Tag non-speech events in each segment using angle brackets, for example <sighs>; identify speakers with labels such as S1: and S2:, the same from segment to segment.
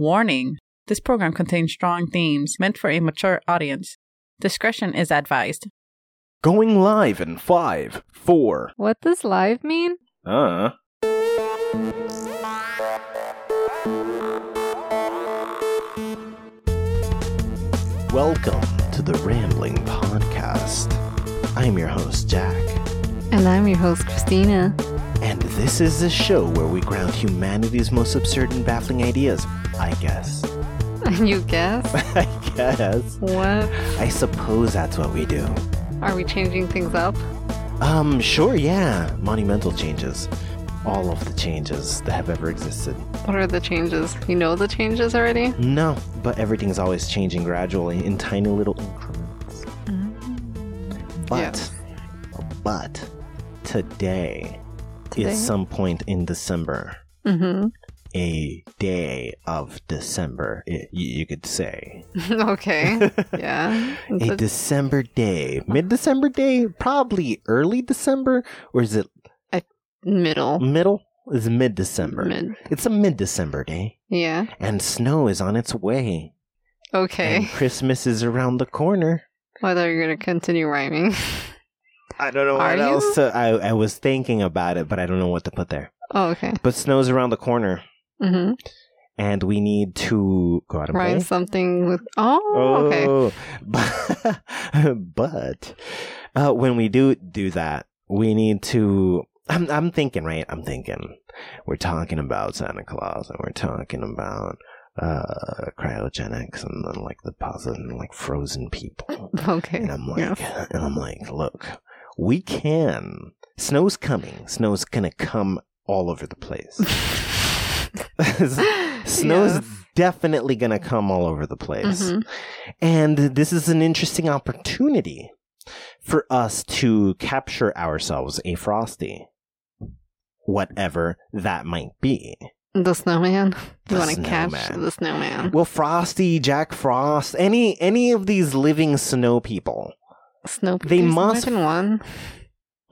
S1: Warning This program contains strong themes meant for a mature audience. Discretion is advised.
S2: Going live in five, four.
S3: What does live mean?
S2: Uh.
S4: Welcome to the Rambling Podcast. I'm your host, Jack,
S3: And I'm your host, Christina. <laughs>
S4: and this is the show where we ground humanity's most absurd and baffling ideas. I guess. <laughs>
S3: And you guess?
S4: I guess.
S3: what?
S4: I suppose that's what we do.
S3: Are we changing things up?
S4: Um, sure, yeah. Monumental changes. All of the changes that have ever existed.
S3: What are the changes? You know the changes already?
S4: No, but everything's always changing gradually in tiny little increments.
S3: Mm-hmm.
S4: But, but, today,
S3: Today?
S4: is some point in December.
S3: Mm
S4: A day of December, i- y- you could say.
S3: hmm. <laughs>
S4: <laughs>
S3: okay. Yeah.
S4: A December day. Mid December day? Probably early December? Or is it
S3: middle.
S4: middle? It's mid December.
S3: Mid.
S4: It's a mid December day.
S3: Yeah.
S4: And snow is on its way.
S3: Okay.
S4: And Christmas is around the corner.
S3: Well, I thought you were going to continue rhyming. <laughs>
S4: I don't know
S3: Are
S4: what
S3: you?
S4: else to. I, I was thinking about it, but I don't know what to put there.
S3: Oh, okay.
S4: But snow's around the corner,
S3: Mm
S4: and we need to go out
S3: hmm.
S4: and
S3: Rhyme
S4: play.
S3: something with. Oh, okay.
S4: but, <laughs> but uh, when we do do that, we need to. I'm, I'm thinking, right? I'm thinking. We're talking about Santa Claus, and we're talking about uh, cryogenics, and then like the puzzle, and like frozen people.
S3: Okay.
S4: And I'm like, <laughs>
S3: Yeah.
S4: and I'm like, look, we can. Snow's coming. Snow's gonna come all over the
S3: <laughs>
S4: place. <laughs> Snow's
S3: Yeah.
S4: definitely gonna come all over the place.
S3: Mhm.
S4: And this is an interesting opportunity for us to capture ourselves a frosty, whatever that might be.
S3: The snowman. You
S4: The
S3: want to catch
S4: snowman.
S3: the snowman.
S4: Well, Frosty, Jack Frost, any any of these living snow people,
S3: Snow.
S4: They
S3: there's
S4: must-
S3: more than one.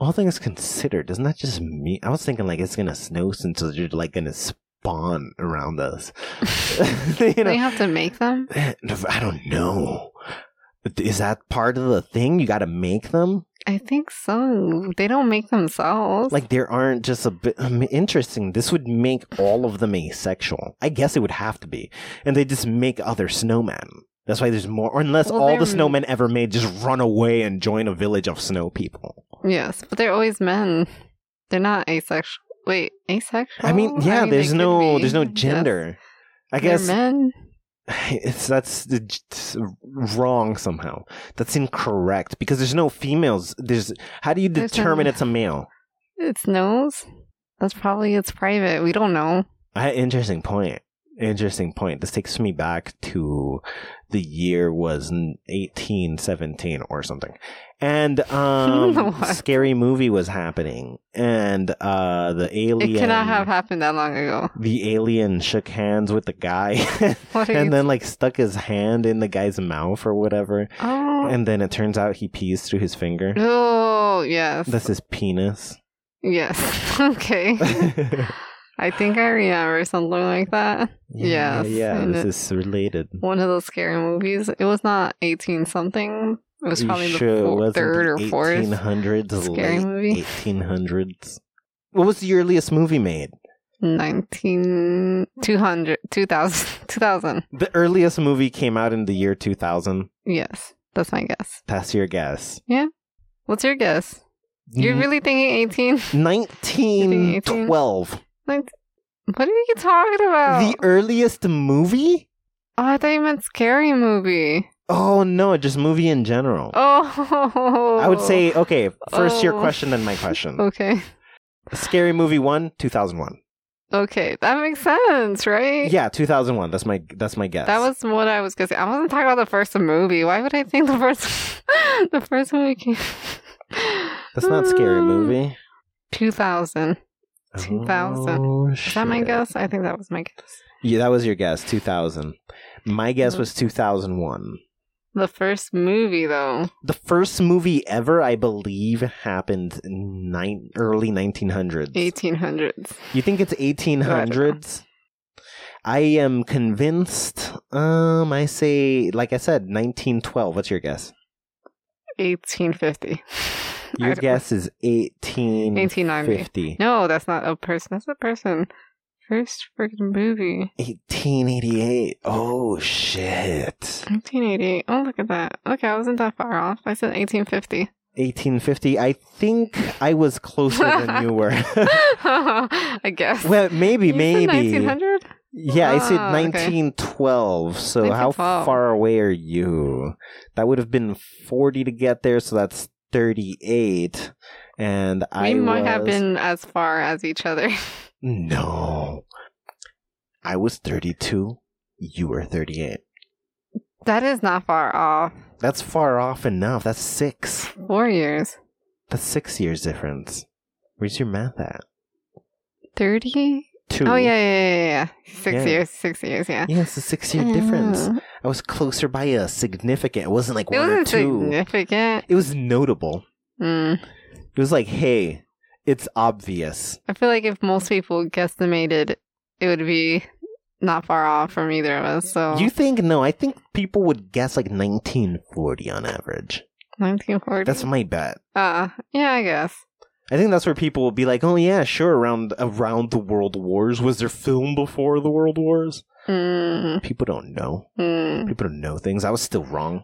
S4: all things considered, isn't that just me? I was thinking like it's gonna snow since you're like gonna spawn around
S3: <laughs>
S4: us. <laughs> <laughs> you
S3: They
S4: know,
S3: have to make them.
S4: <sighs> I don't know. Is that part of the thing? You got to make them.
S3: I think so. They don't make themselves.
S4: Like there aren't just a bit um, interesting. This would make all of them asexual. I guess it would have to be, and they just make other snowmen. That's why there's more, or unless
S3: Well,
S4: all the
S3: they're-
S4: snowmen ever made just run away and join a village of snow people.
S3: yes, but they're always men. They're not asexual. Wait, asexual?
S4: I mean, yeah,
S3: they
S4: there's
S3: could
S4: no,
S3: be.
S4: there's no
S3: Yes.
S4: gender. I
S3: They're
S4: guess
S3: men.
S4: <sighs> it's that's it's wrong somehow. That's incorrect because there's no females. There's how do you
S3: There's
S4: determine
S3: no- <laughs>
S4: it's a male?
S3: It's nose. That's probably it's private. We don't know.
S4: I, interesting point. Interesting point. This takes me back to the year was n- 1817 or something.
S3: <laughs>
S4: And um
S3: What?
S4: scary movie was happening and uh the alien
S3: It cannot have happened that long ago. <laughs>
S4: the alien shook hands with the guy <laughs>
S3: What are you?
S4: and then like stuck his hand in the guy's mouth or whatever
S3: oh.
S4: and then it turns out he pees through his finger.
S3: oh, yes.
S4: That's his
S3: <laughs>
S4: penis.
S3: yes. <laughs>
S4: <laughs>
S3: okay. I think I remember something like that.
S4: yeah,
S3: Yes,
S4: yeah,
S3: and
S4: this is related.
S3: One of those scary movies. It was not 18 something. It was
S4: You
S3: probably
S4: sure it
S3: the four,
S4: wasn't
S3: third
S4: the
S3: or fourth.
S4: 1800s,
S3: scary
S4: late
S3: movie.
S4: 1800s. What was the earliest movie made?
S3: 19 200 <laughs> 2000 2000
S4: The earliest movie came out in the year 2000.
S3: yes that's my guess
S4: That's your guess.
S3: what's your guess you're
S4: N-
S3: really thinking 18
S4: 1912.
S3: like <laughs> what are you talking about
S4: The earliest movie?
S3: oh i thought you meant scary movie
S4: Oh no, just movie in general.
S3: oh
S4: I would say okay, first your
S3: Oh.
S4: question then my question.
S3: okay
S4: Scary Movie 1, 2001.
S3: okay that makes sense <laughs> right
S4: Yeah, 2001. That's my that's my guess.
S3: that was what i was guessing i wasn't talking about the first movie why would i think the first <laughs> the first movie came
S4: <laughs>
S3: Hmm,
S4: That's not Scary Movie.
S3: 2000 2000.
S4: Oh,
S3: is that my
S4: shit.
S3: guess i think that was my guess
S4: Yeah, that was your guess, 2000. My guess
S3: Mm.
S4: was 2001.
S3: The first movie, though.
S4: The first movie ever, I believe, happened in nine, early 1900s.
S3: 1800s.
S4: You think it's 1800s? I am convinced. Um, I say, like I said, 1912. What's your guess? <laughs>
S3: 1850.
S4: Your
S3: I don't-
S4: guess is 1850.
S3: 1890. No, that's not a person. That's a person. First freaking movie.
S4: 1888. Oh shit.
S3: 1988. Oh, look at that. Okay, I wasn't that far off. I said
S4: <laughs>
S3: 1850.
S4: 1850. I think I was closer than you
S3: <laughs>
S4: were. <laughs>
S3: <laughs> I guess.
S4: well, maybe,
S3: You said
S4: maybe.
S3: 1900?
S4: Yeah, I said
S3: Ah, okay.
S4: 1912. So how
S3: 1912.
S4: far away are you? That would have been 40 to get there, so that's 38. And I
S3: we might have
S4: was-
S3: been as far as each other. <laughs>
S4: No. I was 32. You were 38.
S3: that is not far off.
S4: That's far off enough. That's six.
S3: Four years.
S4: That's six years difference. Where's your math at?
S3: 30?
S4: Two.
S3: Oh, yeah, yeah, yeah, yeah. Six
S4: Yeah.
S3: years. Six years, yeah.
S4: Yeah, it's a six year difference.
S3: Oh.
S4: I was closer by a significant. It wasn't like
S3: It
S4: one or
S3: wasn't
S4: two.
S3: significant.
S4: It was notable.
S3: Mm.
S4: It was like, hey, it's obvious.
S3: I feel like if most people guesstimated, it would be not far off from either of us. So
S4: You think? No, I think people would guess like 1940 on average.
S3: 1940.
S4: That's my bet.
S3: uh, yeah, I guess.
S4: I think that's where people will be like, oh yeah, sure, around around the world wars. Was there film before the world wars?
S3: Mm,
S4: People don't know.
S3: mm.
S4: People don't know things. I was still wrong.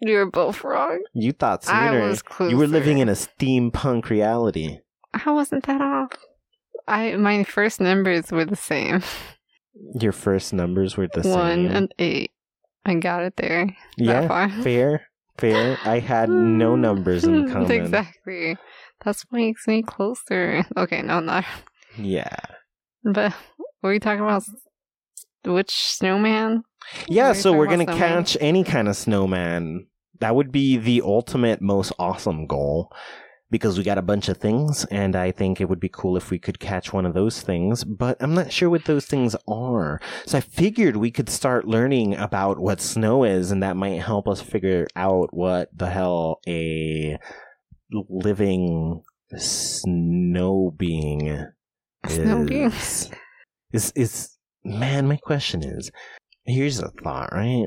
S3: You were both wrong.
S4: You thought
S3: I
S4: sooner.
S3: was closer.
S4: you were living in a steampunk reality.
S3: I wasn't that off. I my first numbers were the same.
S4: Your first numbers were
S3: <laughs>
S4: the same.
S3: One and eight. I got it there.
S4: yeah,
S3: That far.
S4: fair, fair. I had
S3: <laughs>
S4: no numbers in common.
S3: exactly. That's what makes me closer. Okay, no, not. <laughs>
S4: Yeah,
S3: But were you talking about s- which snowman?
S4: yeah.
S3: We're
S4: So
S3: talking
S4: we're gonna
S3: about snowman.
S4: catch any kind of snowman. That would be the ultimate, most awesome goal. Because we got a bunch of things, and I think it would be cool if we could catch one of those things, but I'm not sure what those things are. So I figured we could start learning about what snow is, and that might help us figure out what the hell a living snow being
S3: Snow being.
S4: is. Is is man? My question is: Here's a thought, right?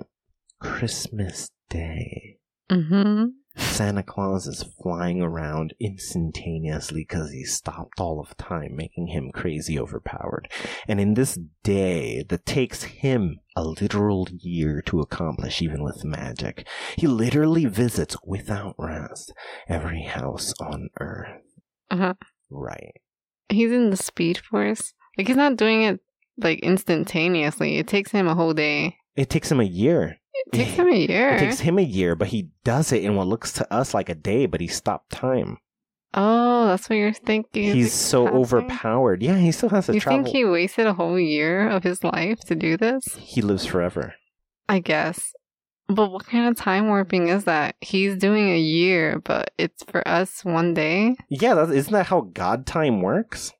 S4: Christmas Day,
S3: Mm-hmm.
S4: Santa Claus is flying around instantaneously because he stopped all of time, making him crazy overpowered. And in this day that takes him a literal year to accomplish, even with magic, he literally visits without rest every house on Earth.
S3: Uh-huh.
S4: Right.
S3: He's in the Speed Force. Like he's not doing it like instantaneously. It takes him a whole day.
S4: It takes him a year.
S3: It takes him a year.
S4: It takes him a year, but he does it in what looks to us like a day, but he stopped time.
S3: oh, that's what you're thinking.
S4: He's so
S3: passing?
S4: overpowered. Yeah, he still has to
S3: you
S4: travel.
S3: think he wasted a whole year of his life to do this?
S4: He lives forever.
S3: I guess. But what kind of time warping is that? He's doing a year, but it's for us one day.
S4: Yeah, that, isn't that how God time
S3: <laughs>
S4: works?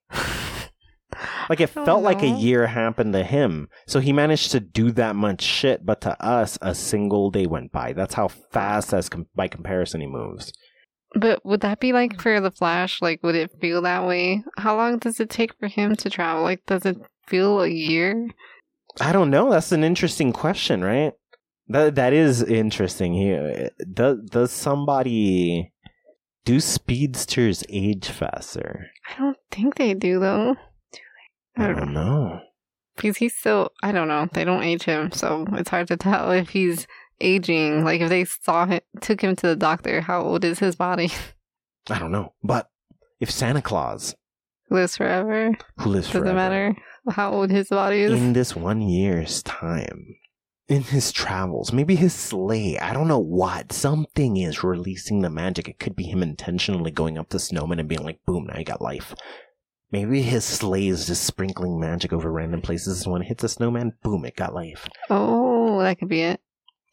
S4: Like it
S3: I don't
S4: felt like a
S3: know.
S4: year happened to him, so he managed to do that much shit. But to us, a single day went by. That's how fast, as com- by comparison, he moves.
S3: But would that be like for the Flash? Like, would it feel that way? How long does it take for him to travel? Like, does it feel a year?
S4: I don't know. That's an interesting question, right? That that is interesting. Here, does does somebody do speedsters age faster?
S3: I don't think they do though.
S4: I don't know.
S3: because he's still i don't know they don't age him so it's hard to tell if he's aging like if they saw him took him to the doctor how old is his body <laughs>
S4: I don't know. But if Santa Claus,
S3: lives forever
S4: who lives
S3: doesn't
S4: forever,
S3: matter how old his body is
S4: in this one year's time, in his travels, maybe his sleigh, I don't know what, something is releasing the magic. It could be him intentionally going up to Snowman and being like, boom, now you got life. Maybe his sleigh is just sprinkling magic over random places, and when it hits a snowman, boom, it got life.
S3: oh that could be it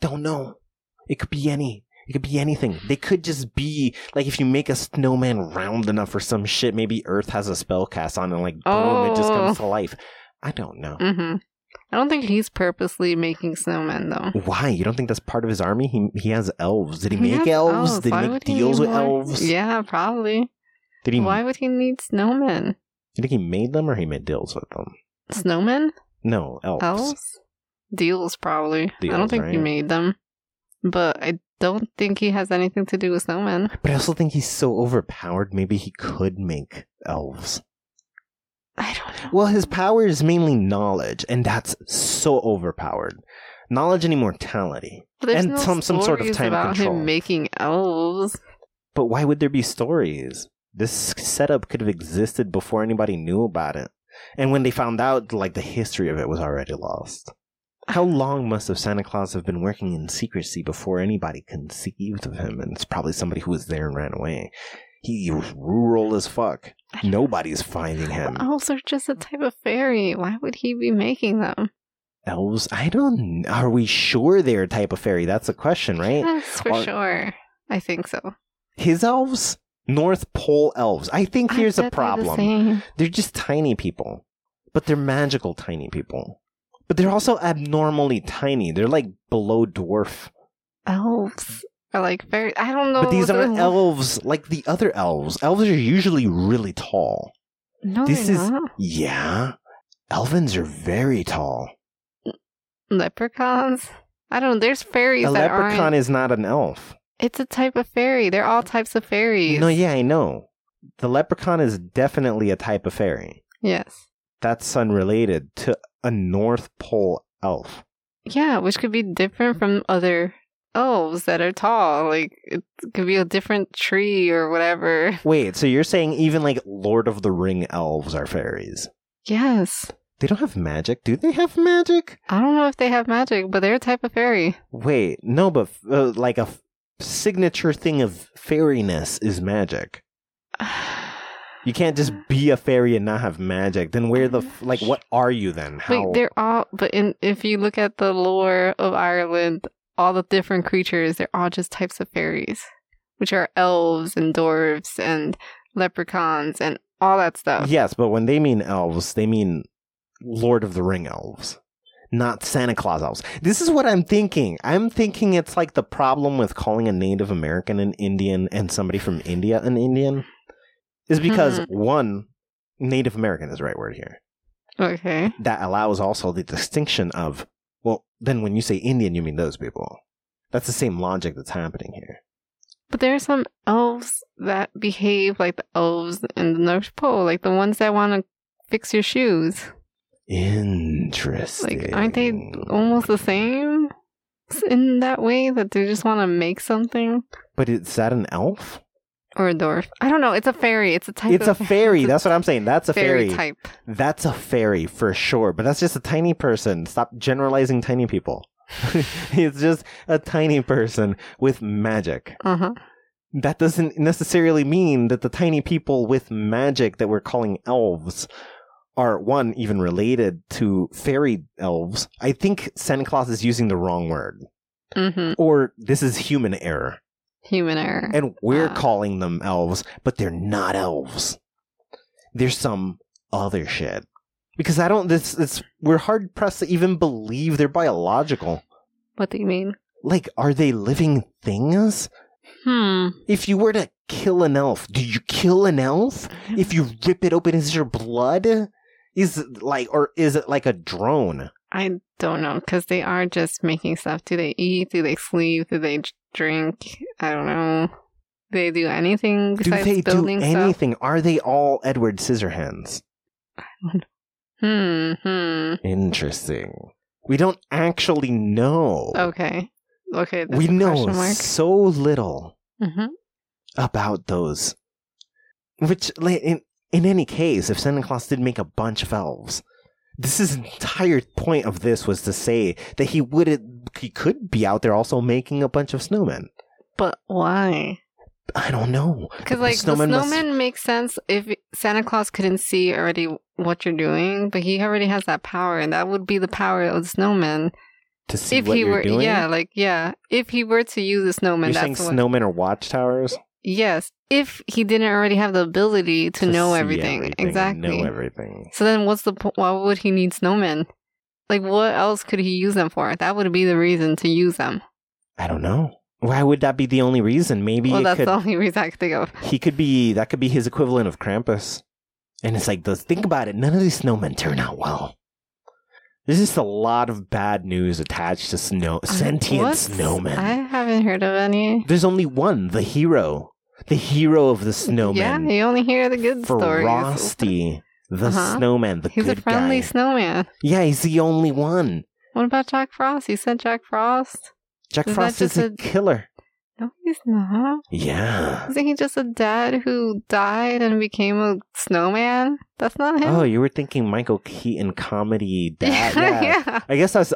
S4: Don't know. It could be any. It could be anything. They could just be like if you make a snowman round enough or some shit, maybe Earth has a spell cast on and like boom, it just comes to life. I don't know.
S3: mm-hmm i don't think he's purposely making snowmen though
S4: Why? You don't think that's part of his army? He he has elves. Did he,
S3: He
S4: make
S3: has
S4: elves? Did
S3: Oh, Why
S4: he make
S3: would
S4: deals
S3: need
S4: with
S3: more-
S4: elves?
S3: yeah probably
S4: Did he?
S3: why would he need snowmen
S4: You think he made them or he made deals with them?
S3: snowmen
S4: No, elves.
S3: Elves? Deals, probably. I
S4: Deals,
S3: don't think he
S4: right?
S3: made them. But I don't think he has anything to do with snowmen.
S4: But I also think he's so overpowered. Maybe he could make elves.
S3: I don't know.
S4: Well, his power is mainly knowledge, and that's so overpowered. Knowledge and immortality.
S3: There's
S4: and
S3: no
S4: some- some sort of
S3: stories
S4: time
S3: about
S4: control.
S3: him making elves.
S4: But why would there be stories? This setup could have existed before anybody knew about it. And when they found out, like the history of it was already lost.
S3: <sighs>
S4: How long must have Santa Claus have been working in secrecy before anybody conceived of him? And it's probably somebody who was there and ran away. He was rural as fuck. Nobody's finding him.
S3: Elves are just a type of fairy. Why would he be making them?
S4: Elves? I don't. Are we sure they're a type of fairy? That's a question, right?
S3: Yes, for
S4: Or-
S3: sure. I think so.
S4: His elves? North Pole elves. I think
S3: I
S4: here's a
S3: bet they're the
S4: problem.
S3: same.
S4: They're just tiny people, but they're magical tiny people. But they're also abnormally tiny. They're like below dwarf.
S3: Elves are like very. I don't know.
S4: but
S3: <laughs>
S4: these
S3: what
S4: aren't
S3: the-
S4: elves like the other elves. Elves are usually really tall.
S3: No,
S4: this
S3: they're
S4: is-
S3: not.
S4: Yeah. Elvins are very tall.
S3: leprechauns. I don't. know. There's fairies
S4: A
S3: that
S4: leprechaun
S3: aren't.
S4: is not an elf.
S3: It's a type of fairy. They're all types of fairies.
S4: No, yeah, I know. The leprechaun is definitely a type of fairy.
S3: Yes.
S4: That's unrelated to a North Pole elf.
S3: Yeah, which could be different from other elves that are tall. Like it could be a different tree or whatever.
S4: Wait, so you're saying even like Lord of the Ring elves are fairies?
S3: Yes.
S4: They don't have magic. Do they have magic?
S3: I don't know if they have magic, but they're a type of fairy. <sighs>
S4: Wait, no, but uh, like a f- signature thing of fairiness is magic. You can't just be a fairy and not have magic. Then where the f- like what are you then? How?
S3: Like they're all, but in, if you look at the lore of Ireland, all the different creatures, they're all just types of fairies, which are elves and dwarves and leprechauns and all that stuff.
S4: yes, but when they mean elves, they mean Lord of the Ring elves. Not Santa Claus elves. This is what I'm thinking. I'm thinking it's like the problem with calling a Native American an Indian and somebody from India an Indian is because one, Native American is the right word here.
S3: Okay.
S4: that allows also the distinction of well then when you say indian you mean those people that's the same logic that's happening here
S3: But there are some elves that behave like the elves in the North Pole, like the ones that want to fix your shoes.
S4: interesting
S3: Like, aren't they almost the same in that way that they just want to make something?
S4: but is that an elf
S3: Or a dwarf? I don't know. It's a fairy. It's a type
S4: it's a
S3: of
S4: fairy
S3: it's a <laughs>
S4: that's what i'm saying that's a
S3: fairy
S4: fairy,
S3: type.
S4: that's a fairy for sure but that's just a tiny person stop generalizing tiny people <laughs> it's just a tiny person with magic
S3: Uh huh.
S4: that doesn't necessarily mean that the tiny people with magic that we're calling elves are one even related to fairy elves. I think Santa Claus is using the wrong word,
S3: Mm-hmm.
S4: or this is human error,
S3: Human error.
S4: and we're
S3: Ah.
S4: calling them elves, but they're not elves. They're some other shit. Because I don't. This it's we're hard pressed to even believe they're biological.
S3: what do you mean?
S4: Like, are they living things?
S3: Hmm.
S4: If you were to kill an elf, do you kill an elf? If you rip it open, is your blood? Is it like, or is it like a drone?
S3: I don't know because they are just making stuff. Do they eat? Do they sleep? Do they d- drink? I don't know. Do they do anything
S4: Do
S3: besides
S4: they do
S3: building stuff?
S4: anything? Are they all Edward Scissorhands?
S3: Hmm. Hmm.
S4: Interesting. We don't actually know.
S3: Okay. Okay. Oh, That's
S4: we
S3: a
S4: know
S3: Question mark.
S4: so little
S3: hmm
S4: about those. Which, like, in, in any case, if Santa Claus did make a bunch of elves, this is entire point of this was to say that he would he could be out there also making a bunch of snowmen.
S3: But why?
S4: I don't know.
S3: Because
S4: The
S3: like
S4: snowman
S3: the
S4: must-
S3: snowman makes sense if Santa Claus couldn't see already what you're doing, but he already has that power, and that would be the power of the snowman.
S4: To see
S3: if
S4: what
S3: he
S4: you're
S3: were,
S4: doing.
S3: yeah, like yeah, if he were to use a snowman,
S4: you're saying
S3: that's what.
S4: snowmen or watchtowers
S3: Yes, if he didn't already have the ability to, know
S4: see
S3: everything.
S4: and
S3: exactly.
S4: Know everything.
S3: So then, what's the point? Why would he need snowmen? Like, what else could he use them for? That would be the reason to use them.
S4: I don't know. Why would that be the only reason? Maybe
S3: well,
S4: it
S3: that's
S4: could,
S3: the only reason I could think of.
S4: he could be that could be his equivalent of Krampus. And it's like, those, think about it. None of these snowmen turn out well. There's just a lot of bad news attached to snow sentient
S3: What?
S4: snowmen.
S3: I haven't heard of any.
S4: There's only one, the hero, the hero of the
S3: yeah,
S4: snowmen,
S3: you only hear the good stories.
S4: Frosty, the
S3: Uh-huh.
S4: snowman, the
S3: He's
S4: good
S3: a friendly
S4: guy.
S3: snowman.
S4: yeah, he's the only one.
S3: What about Jack Frost? You said Jack Frost?
S4: Jack
S3: Is that
S4: Frost is
S3: just
S4: a,
S3: a-
S4: killer.
S3: No, he's not. <laughs>
S4: Yeah.
S3: Isn't he just a dad who died and became a snowman? That's not him. <laughs>
S4: Oh, you were thinking Michael Keaton comedy dad. yeah.
S3: yeah.
S4: I guess that's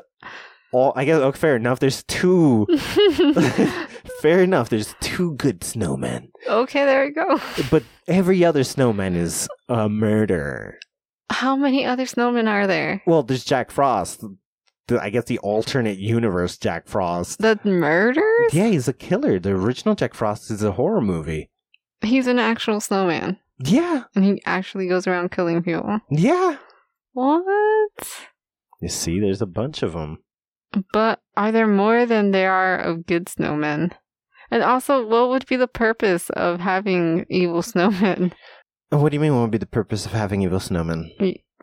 S4: all. I guess okay, fair enough. There's two. <laughs>
S3: <laughs>
S4: fair enough. There's two good snowmen,
S3: okay, there we go.
S4: but every other snowman is a murderer.
S3: How many other snowmen are there?
S4: Well, there's Jack Frost. The- I guess the alternate universe Jack Frost.
S3: The murders?
S4: Yeah, he's a killer. The original Jack Frost is a horror movie.
S3: He's an actual snowman.
S4: Yeah,
S3: And he actually goes around killing people.
S4: yeah.
S3: What?
S4: You see, there's a bunch of them.
S3: But are there more than there are of good snowmen? And also, what would be the purpose of having evil <laughs> snowmen?
S4: What do you mean? What would be the purpose of having evil snowmen?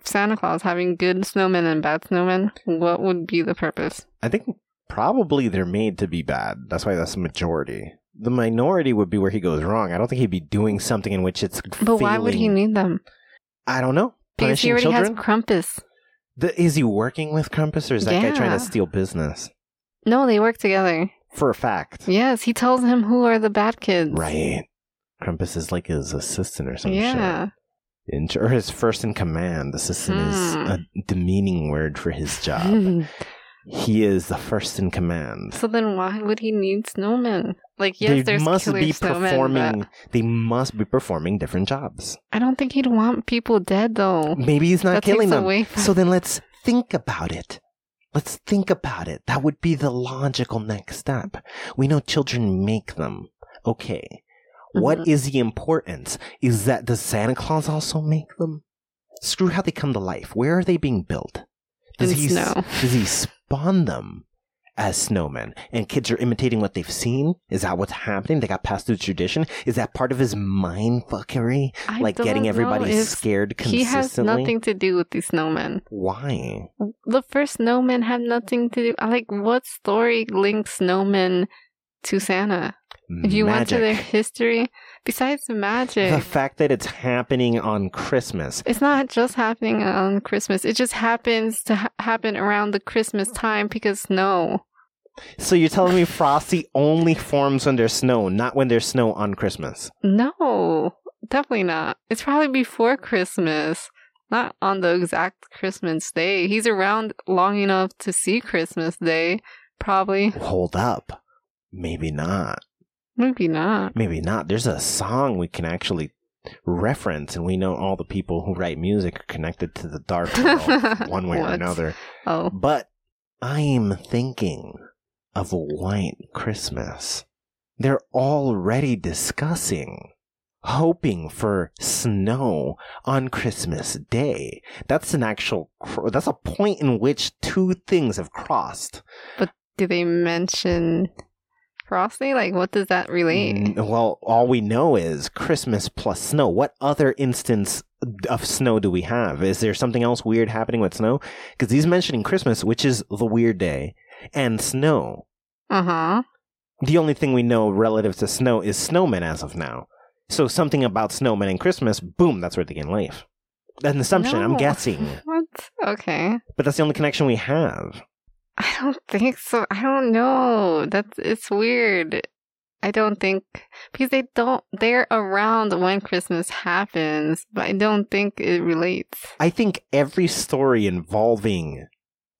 S3: Santa Claus having good snowmen and bad snowmen? What would be the purpose?
S4: I think probably they're made to be bad. That's why that's the majority. The minority would be where he goes wrong. I don't think he'd be doing something in which it's.
S3: But why would he
S4: feeling-
S3: need them?
S4: I don't know.
S3: Because he
S4: Punishing
S3: already
S4: children.
S3: has Krampus.
S4: The- is he working with Compass, or is that guy trying
S3: Yeah.
S4: to steal business?
S3: No, they work together.
S4: For a fact.
S3: Yes, he tells him who are the bad kids.
S4: Right. Krampus is like his assistant or some
S3: yeah.
S4: shit. In- or his first in command. Assistant is
S3: Hmm.
S4: a demeaning word for his
S3: <laughs>
S4: job.
S3: so
S4: he is the first in command.
S3: then why would he need snowmen? Like, yes,
S4: they
S3: there's
S4: must
S3: killer
S4: be
S3: snowmen,
S4: performing.
S3: but
S4: They must be performing different jobs.
S3: I don't think he'd want people dead, though.
S4: Maybe he's not
S3: That
S4: killing
S3: takes
S4: them.
S3: away from-
S4: So then let's think about it. Let's think about it. That would be the logical next step. We know children make them. Okay. What
S3: Mm-hmm.
S4: is the importance? Is that does Santa Claus also make them? Screw how they come to life. Where are they being built? Does
S3: In
S4: he s-
S3: snow.
S4: does he spawn them as snowmen? And kids are imitating what they've seen? Is that what's happening? They got passed through tradition? Is that part of his mind fuckery?
S3: I
S4: like
S3: don't
S4: getting
S3: know
S4: everybody
S3: if
S4: scared
S3: He
S4: consistently.
S3: has nothing to do with these snowmen.
S4: Why?
S3: The first snowman had nothing to do. I Like, what story links snowmen to Santa? If you went to their
S4: Magic.
S3: history, besides magic,
S4: the fact that it's happening on Christmas.
S3: it's not just happening on Christmas. It just happens to ha- happen around the Christmas time because snow.
S4: So you're telling me Frosty only forms when there's snow, not when there's snow on Christmas.
S3: No, definitely not. It's probably before Christmas, not on the exact Christmas day. He's around long enough to see Christmas Day, probably.
S4: Hold up. Maybe not.
S3: Maybe not.
S4: Maybe not. There's a song we can actually reference and we know all the people who write music are connected to the dark
S3: <laughs>
S4: world one way or
S3: What?
S4: another.
S3: Oh,
S4: But I'm thinking of a white Christmas. They're already discussing hoping for snow on Christmas Day. That's an actual cr- that's a point in which two things have crossed.
S3: do they mention Frosty? Like, what does that relate?
S4: Mm, Well, all we know is Christmas plus snow. What other instance of snow do we have? Is there something else weird happening with snow? Cuz he's mentioning Christmas, which is the weird day, and snow.
S3: Uh huh.
S4: The only thing we know relative to snow is snowmen as of now. So something about snowmen and Christmas, boom, that's where they can live. An assumption, I'm guessing.
S3: <laughs> What? Okay.
S4: But that's the only connection we have.
S3: I don't think so. I don't know. That's it's weird. I don't think because they don't. They're around when Christmas happens, but I don't think it relates.
S4: I think every story involving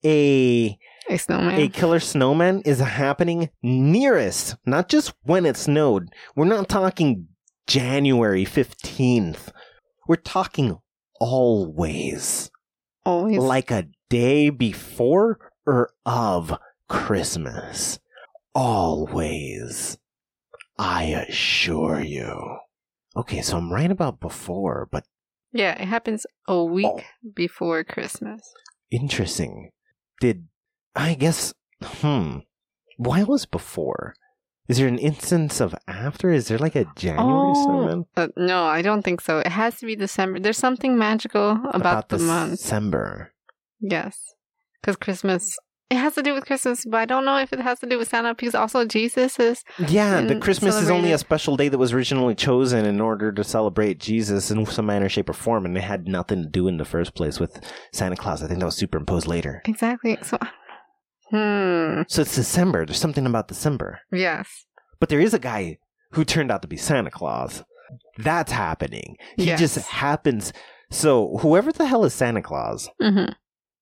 S4: a
S3: A snowman.
S4: a killer snowman is happening nearest, not just when it snowed. We're not talking January 15th. We're talking always.
S3: always
S4: like a day before or of Christmas. Always. I assure you. Okay, so I'm right about before, but
S3: yeah. It happens a week
S4: Oh.
S3: before Christmas.
S4: interesting. Did I guess hmm. Why was before? Is there an instance of after? Is there like a January
S3: Oh,
S4: snowman?
S3: Uh, no, I don't think so. It has to be December. There's something magical about, the month.
S4: December.
S3: Yes. because Christmas. It has to do with Christmas, but I don't know if it has to do with Santa because also Jesus is
S4: Yeah, the
S3: and
S4: Christmas is only
S3: celebrated.
S4: a special day that was originally chosen in order to celebrate Jesus in some manner, shape, or form, and it had nothing to do in the first place with Santa Claus. I think that was superimposed later.
S3: exactly so. <sighs> I don't know.
S4: So it's December. There's something about December.
S3: Hmm. Yes.
S4: But there is a guy who turned out to be Santa Claus. That's happening. He
S3: Yes.
S4: just happens. So whoever the hell is Santa Claus
S3: Mm-hmm.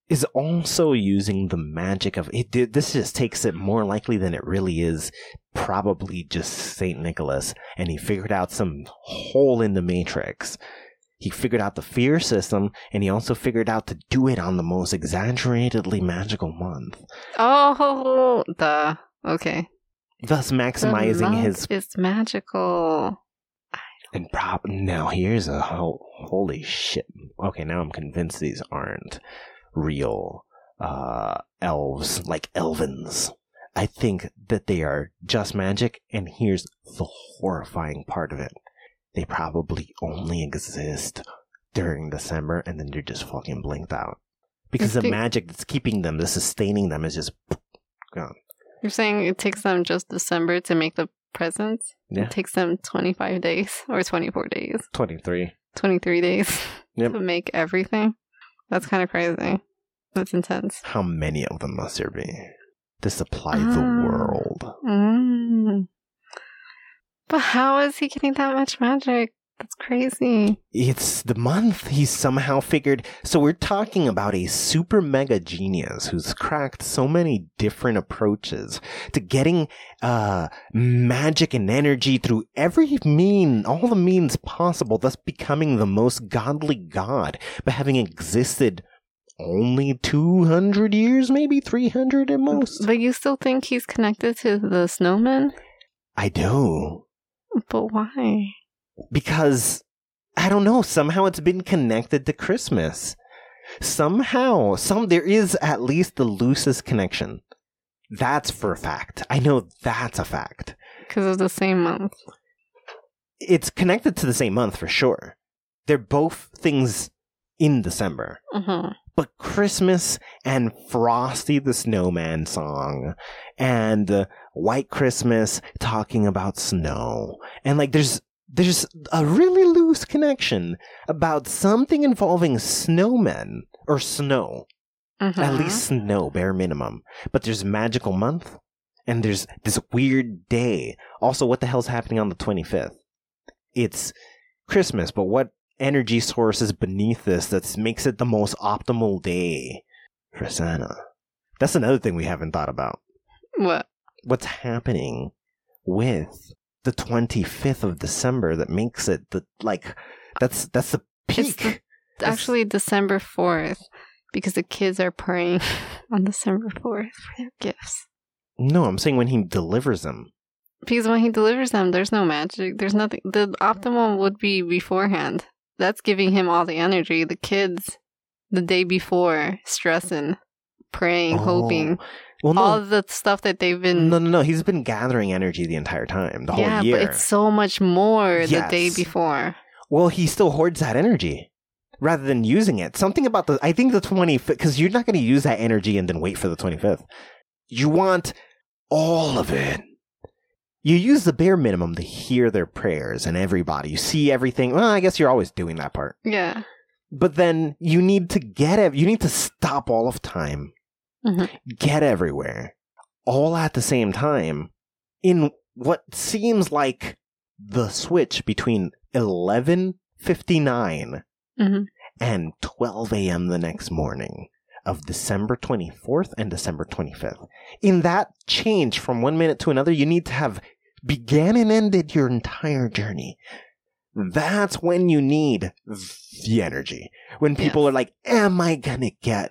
S4: is also using the magic of it. thi- This just takes it more likely than it really is. Probably just Saint Nicholas, and he figured out some hole in the matrix. He figured out the fear system, and he also figured out to do it on the most exaggeratedly magical month,
S3: Oh, the okay.
S4: thus
S3: The
S4: maximizing
S3: month
S4: his
S3: is magical.
S4: and prob. Now here's a ho- holy shit. Okay, now I'm convinced these aren't real uh, elves like elvins. I think that they are just magic, and here's the horrifying part of it: they probably only exist during December, and then they're just fucking blinked out because the
S3: think-
S4: magic that's keeping them, that's sustaining them, is just gone.
S3: You're saying it takes them just December to make the presents?
S4: Yeah.
S3: It takes them 25 days or 24 days,
S4: Twenty-three.
S3: 23 days
S4: Yep.
S3: to make everything. That's kind of crazy. That's intense.
S4: How many of them must there be to supply
S3: Ah.
S4: the world?
S3: Mm. But how is he getting that much magic? That's crazy.
S4: It's the month he somehow figured. So we're talking about a super mega genius who's cracked so many different approaches to getting uh, magic and energy through every mean, all the means possible, thus becoming the most godly god, but having existed only 200 years, maybe 300 at most.
S3: But you still think he's connected to the snowman?
S4: I do.
S3: But why?
S4: because I don't know, somehow it's been connected to Christmas. Somehow, some there is at least the loosest connection. That's for a fact. I know that's a fact.
S3: Because of the same month.
S4: It's connected to the same month for sure. They're both things in December.
S3: hmm
S4: But Christmas and Frosty the Snowman song and uh, White Christmas talking about snow. And like there's there's a really loose connection about something involving snowmen or snow.
S3: Uh-huh.
S4: At least snow, bare minimum. But there's magical month and there's this weird day. Also, what the hell's happening on the 25th? It's Christmas, but what energy source is beneath this that makes it the most optimal day for Santa? That's another thing we haven't thought about.
S3: What?
S4: What's happening with the 25th of December that makes it the like that's that's the
S3: It's
S4: peak.
S3: the- actually December 4th because the kids are praying <laughs> on December 4th for their gifts.
S4: no, I'm saying when he delivers them.
S3: Because when he delivers them, there's no magic. There's nothing. The optimal would be beforehand. That's giving him all the energy. The kids, the day before, stressing, praying,
S4: Oh.
S3: hoping.
S4: Well, no,
S3: All the stuff that they've been.
S4: No, no, no. He's been gathering energy the entire time, the
S3: yeah,
S4: whole year.
S3: but it's so much more the day
S4: Yes.
S3: before.
S4: Well, he still hoards that energy rather than using it. Something about the, I think the 25th, because you're not going to use that energy and then wait for the 25th. You want all of it. You use the bare minimum to hear their prayers and everybody. You see everything. Well, I guess you're always doing that part.
S3: Yeah.
S4: But then you need to get it. You need to stop all of time,
S3: Mhm.
S4: get everywhere, all at the same time, in what seems like the switch between eleven fifty nine
S3: Mhm.
S4: and twelve a.m. the next morning of December twenty fourth and December twenty fifth. In that change from one minute to another, you need to have began and ended your entire journey. That's when you need the energy. When people
S3: Yes.
S4: are like, Am I gonna get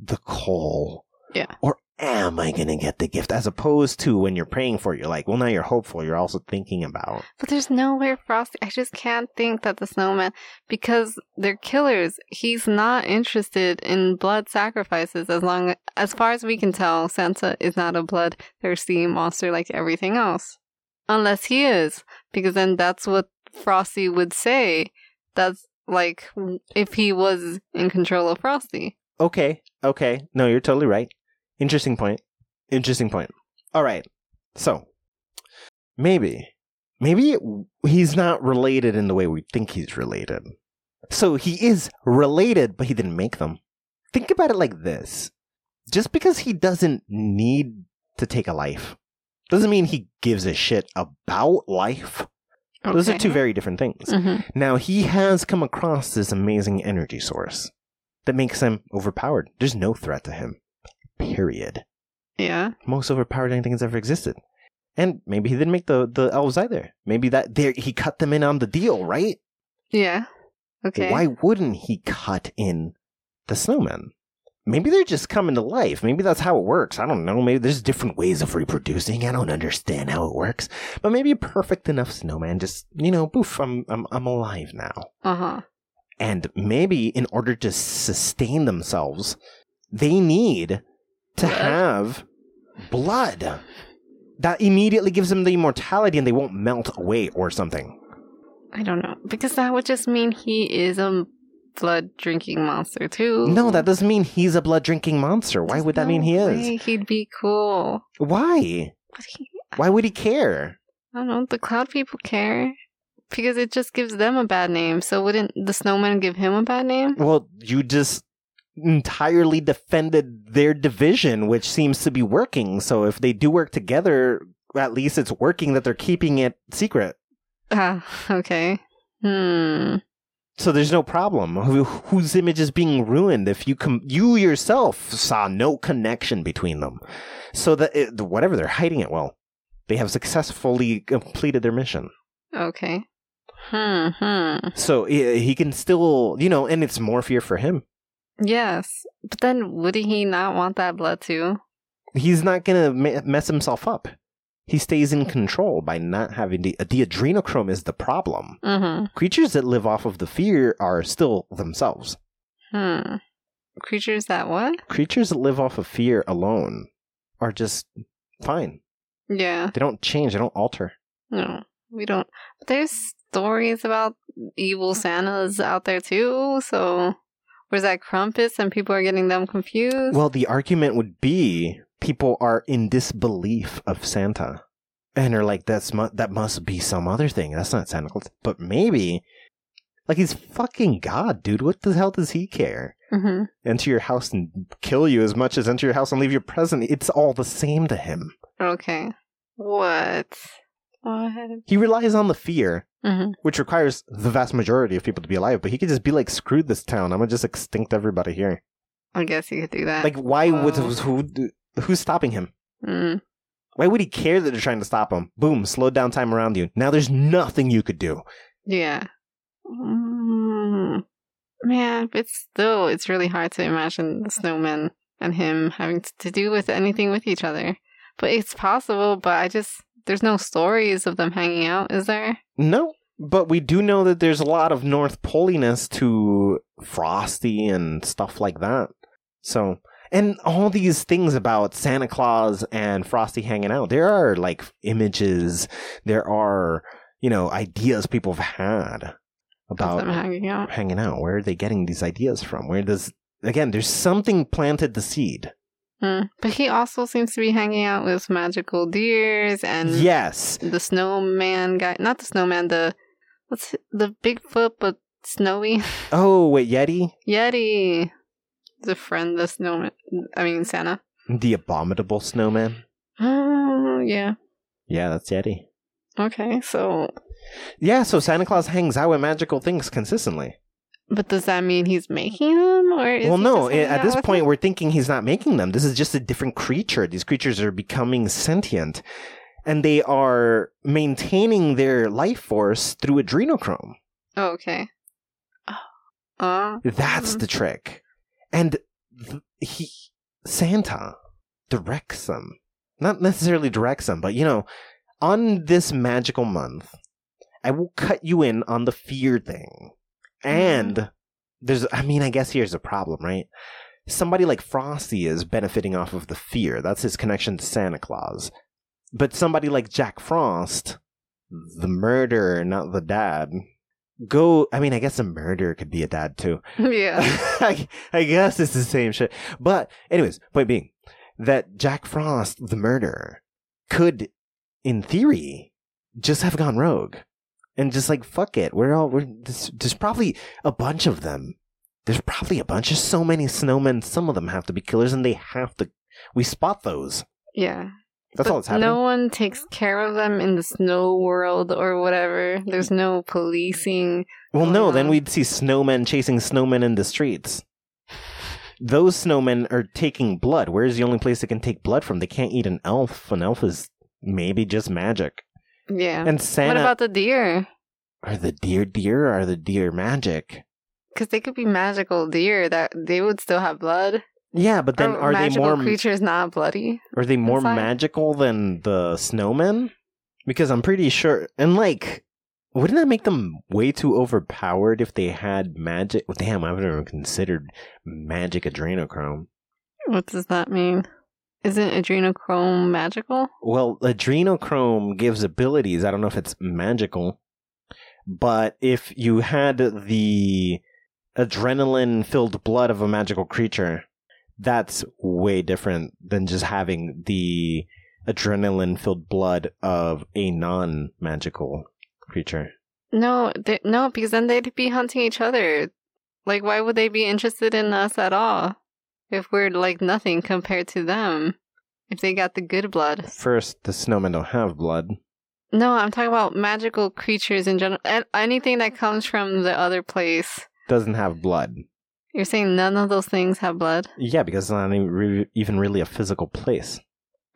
S4: the coal?
S3: Yeah.
S4: Or am I gonna get the gift? As opposed to when you're praying for it, you're like, Well, now you're hopeful. You're also thinking about.
S3: But there's nowhere Frosty. I just can't think that the snowman, because they're killers. He's not interested in blood sacrifices. As long as far as we can tell, Santa is not a bloodthirsty monster like everything else, unless he is, because then that's what Frosty would say. That's like if he was in control of Frosty.
S4: Okay. Okay. No, you're totally right. Interesting point. Interesting point. All right. So maybe, maybe it- he's not related in the way we think he's related. So he is related, but he didn't make them. Think about it like this just because he doesn't need to take a life doesn't mean he gives a shit about life. Those are two very different things.
S3: Mhm.
S4: Now he has come across this amazing energy source that makes him overpowered. There's no threat to him. Period.
S3: Yeah.
S4: Most overpowered anything that's ever existed. And maybe he didn't make the, the elves either. Maybe that there he cut them in on the deal, right?
S3: Yeah. Okay.
S4: Why wouldn't he cut in the snowmen? Maybe they're just coming to life. Maybe that's how it works. I don't know. Maybe there's different ways of reproducing. I don't understand how it works. But maybe a perfect enough snowman just, you know, poof, I'm I'm I'm alive now.
S3: Uh huh.
S4: And maybe in order to sustain themselves, they need to
S3: Blood.
S4: have blood. That immediately gives them the immortality and they won't melt away or something.
S3: I don't know because that would just mean he is a blood drinking monster too.
S4: No, that doesn't mean he's a blood drinking monster. Why
S3: There's
S4: would that
S3: no
S4: mean he
S3: way
S4: is?
S3: He'd be cool.
S4: Why?
S3: But he,
S4: Why would he care?
S3: I don't know. The cloud people care because it just gives them a bad name. So wouldn't the snowman give him a bad name?
S4: Well, you just entirely defended their division, which seems to be working. So if they do work together, at least it's working that they're keeping it secret.
S3: Ah, okay. Hmm.
S4: So there's no problem. Who, whose image is being ruined if you com- you yourself saw no connection between them? So that it, whatever they're hiding it, well, they have successfully completed their mission.
S3: Okay. Hmm. Hmm.
S4: So he, he can still, you know, and it's more fear for him.
S3: Yes, but then would he not want that blood too?
S4: He's not gonna me- mess himself up. He stays in control by not having the the adrenochrome is the problem.
S3: Mm-hmm.
S4: Creatures that live off of the fear are still themselves.
S3: Hmm. Creatures that what?
S4: Creatures that live off of fear alone are just fine.
S3: Yeah.
S4: They don't change. They don't alter.
S3: No, we don't. But there's stories about evil Santas out there too. So where's that Crumpus? And people are getting them confused.
S4: Well, the argument would be people are in disbelief of Santa, and are like, "That's mu- that must be some other thing. That's not Santa Claus." But maybe, like, he's fucking God, dude. What the hell does he care?
S3: hmm
S4: Enter your house and kill you as much as enter your house and leave you a present. It's all the same to him.
S3: Okay. What? What?
S4: He relies on the fear,
S3: hmm
S4: which requires the vast majority of people to be alive. But he could just be like, "Screw this town. I'm gonna just extinct everybody here."
S3: I guess you could do that.
S4: Like, why would
S3: Wow.
S4: who? Who's stopping him?
S3: mm.
S4: Why would he care that they're trying to stop him? Boom, slowed down time around you. Now there's nothing you could do.
S3: yeah. Mm. Man, but still, it's really hard to imagine the snowman and him having t- to do with anything with each other. But it's possible. But I just there's no stories of them hanging out, is there?
S4: No, but we do know that there's a lot of North Poliness to Frosty and stuff like that. So, and all these things about Santa Claus and Frosty hanging out, there are like images, there are, you know, ideas people have had
S3: Of them
S4: about
S3: hanging out.
S4: hanging out. Where are they getting these ideas from? Where does, again, there's something planted the seed.
S3: Mm. But he also seems to be hanging out with magical deers and
S4: yes.
S3: the snowman guy. Not the snowman. The what's it- the Bigfoot, but snowy <laughs>
S4: Oh, wait, Yeti?
S3: Yeti. The friend, the snowman. I mean Santa. <gasps>
S4: The abominable snowman?
S3: Oh yeah.
S4: Yeah, that's Yeti.
S3: Okay. So,
S4: Yeah, so Santa Claus hangs out with magical things consistently.
S3: but does that mean he's making them, or is
S4: well,
S3: he
S4: no,
S3: just
S4: i-
S3: hanging
S4: at
S3: out
S4: this
S3: with
S4: point,
S3: them?
S4: we're thinking he's not making them. This is just a different creature. These creatures are becoming sentient, and they are maintaining their life force through adrenochrome.
S3: Oh, okay. Oh. Uh,
S4: That's
S3: Mhm.
S4: the trick. And th- he Santa directs them. Not necessarily directs them, but you know, on this magical month, I will cut you in on the fear thing. And there's I mean, I guess here's a problem, right? Somebody like Frosty is benefiting off of the fear. That's his connection to Santa Claus. But somebody like Jack Frost, the murderer, not the dad, go. I mean, I guess a murderer could be a dad too.
S3: <laughs> yeah.
S4: <laughs> I, I guess it's the same shit. But, anyways, point being that Jack Frost, the murderer, could, in theory, just have gone rogue and just like fuck it. We're all we're there's, there's probably a bunch of them. There's probably a bunch. There's so many snowmen. Some of them have to be killers, and they have to. We spot those.
S3: Yeah.
S4: That's
S3: But
S4: all that's happening.
S3: No one takes care of them in the snow world or whatever. There's no policing.
S4: Well,
S3: Oh,
S4: no,
S3: yeah.
S4: then we'd see snowmen chasing snowmen in the streets. Those snowmen are taking blood. Where's the only place they can take blood from? They can't eat an elf. An elf is maybe just magic.
S3: Yeah.
S4: And
S3: Oh. what
S4: Santa
S3: about the deer?
S4: are the deer deer or are the deer magic?
S3: Because they could be magical deer that they would still have blood.
S4: Yeah, but then
S3: Are
S4: are they
S3: Oh,
S4: more
S3: magical creatures not bloody?
S4: are they more
S3: Inside.
S4: magical than the snowmen? Because I'm pretty sure and like wouldn't that make them way too overpowered if they had magic? Well, damn, I've never considered magic adrenochrome.
S3: What does that mean? Isn't adrenochrome magical?
S4: Well, adrenochrome gives abilities. I don't know if it's magical, but if you had the adrenaline filled blood of a magical creature, that's way different than just having the adrenaline filled blood of a non magical creature.
S3: No, they, no, because then they'd be hunting each other. Like, why would they be interested in us at all if we're like nothing compared to them? If they got the good blood.
S4: First, the snowmen don't have blood.
S3: No, I'm talking about magical creatures in general. An- Anything that comes from the other place.
S4: Doesn't have blood.
S3: You're saying none of those things have blood?
S4: Yeah, because it's not even re- even really a physical place.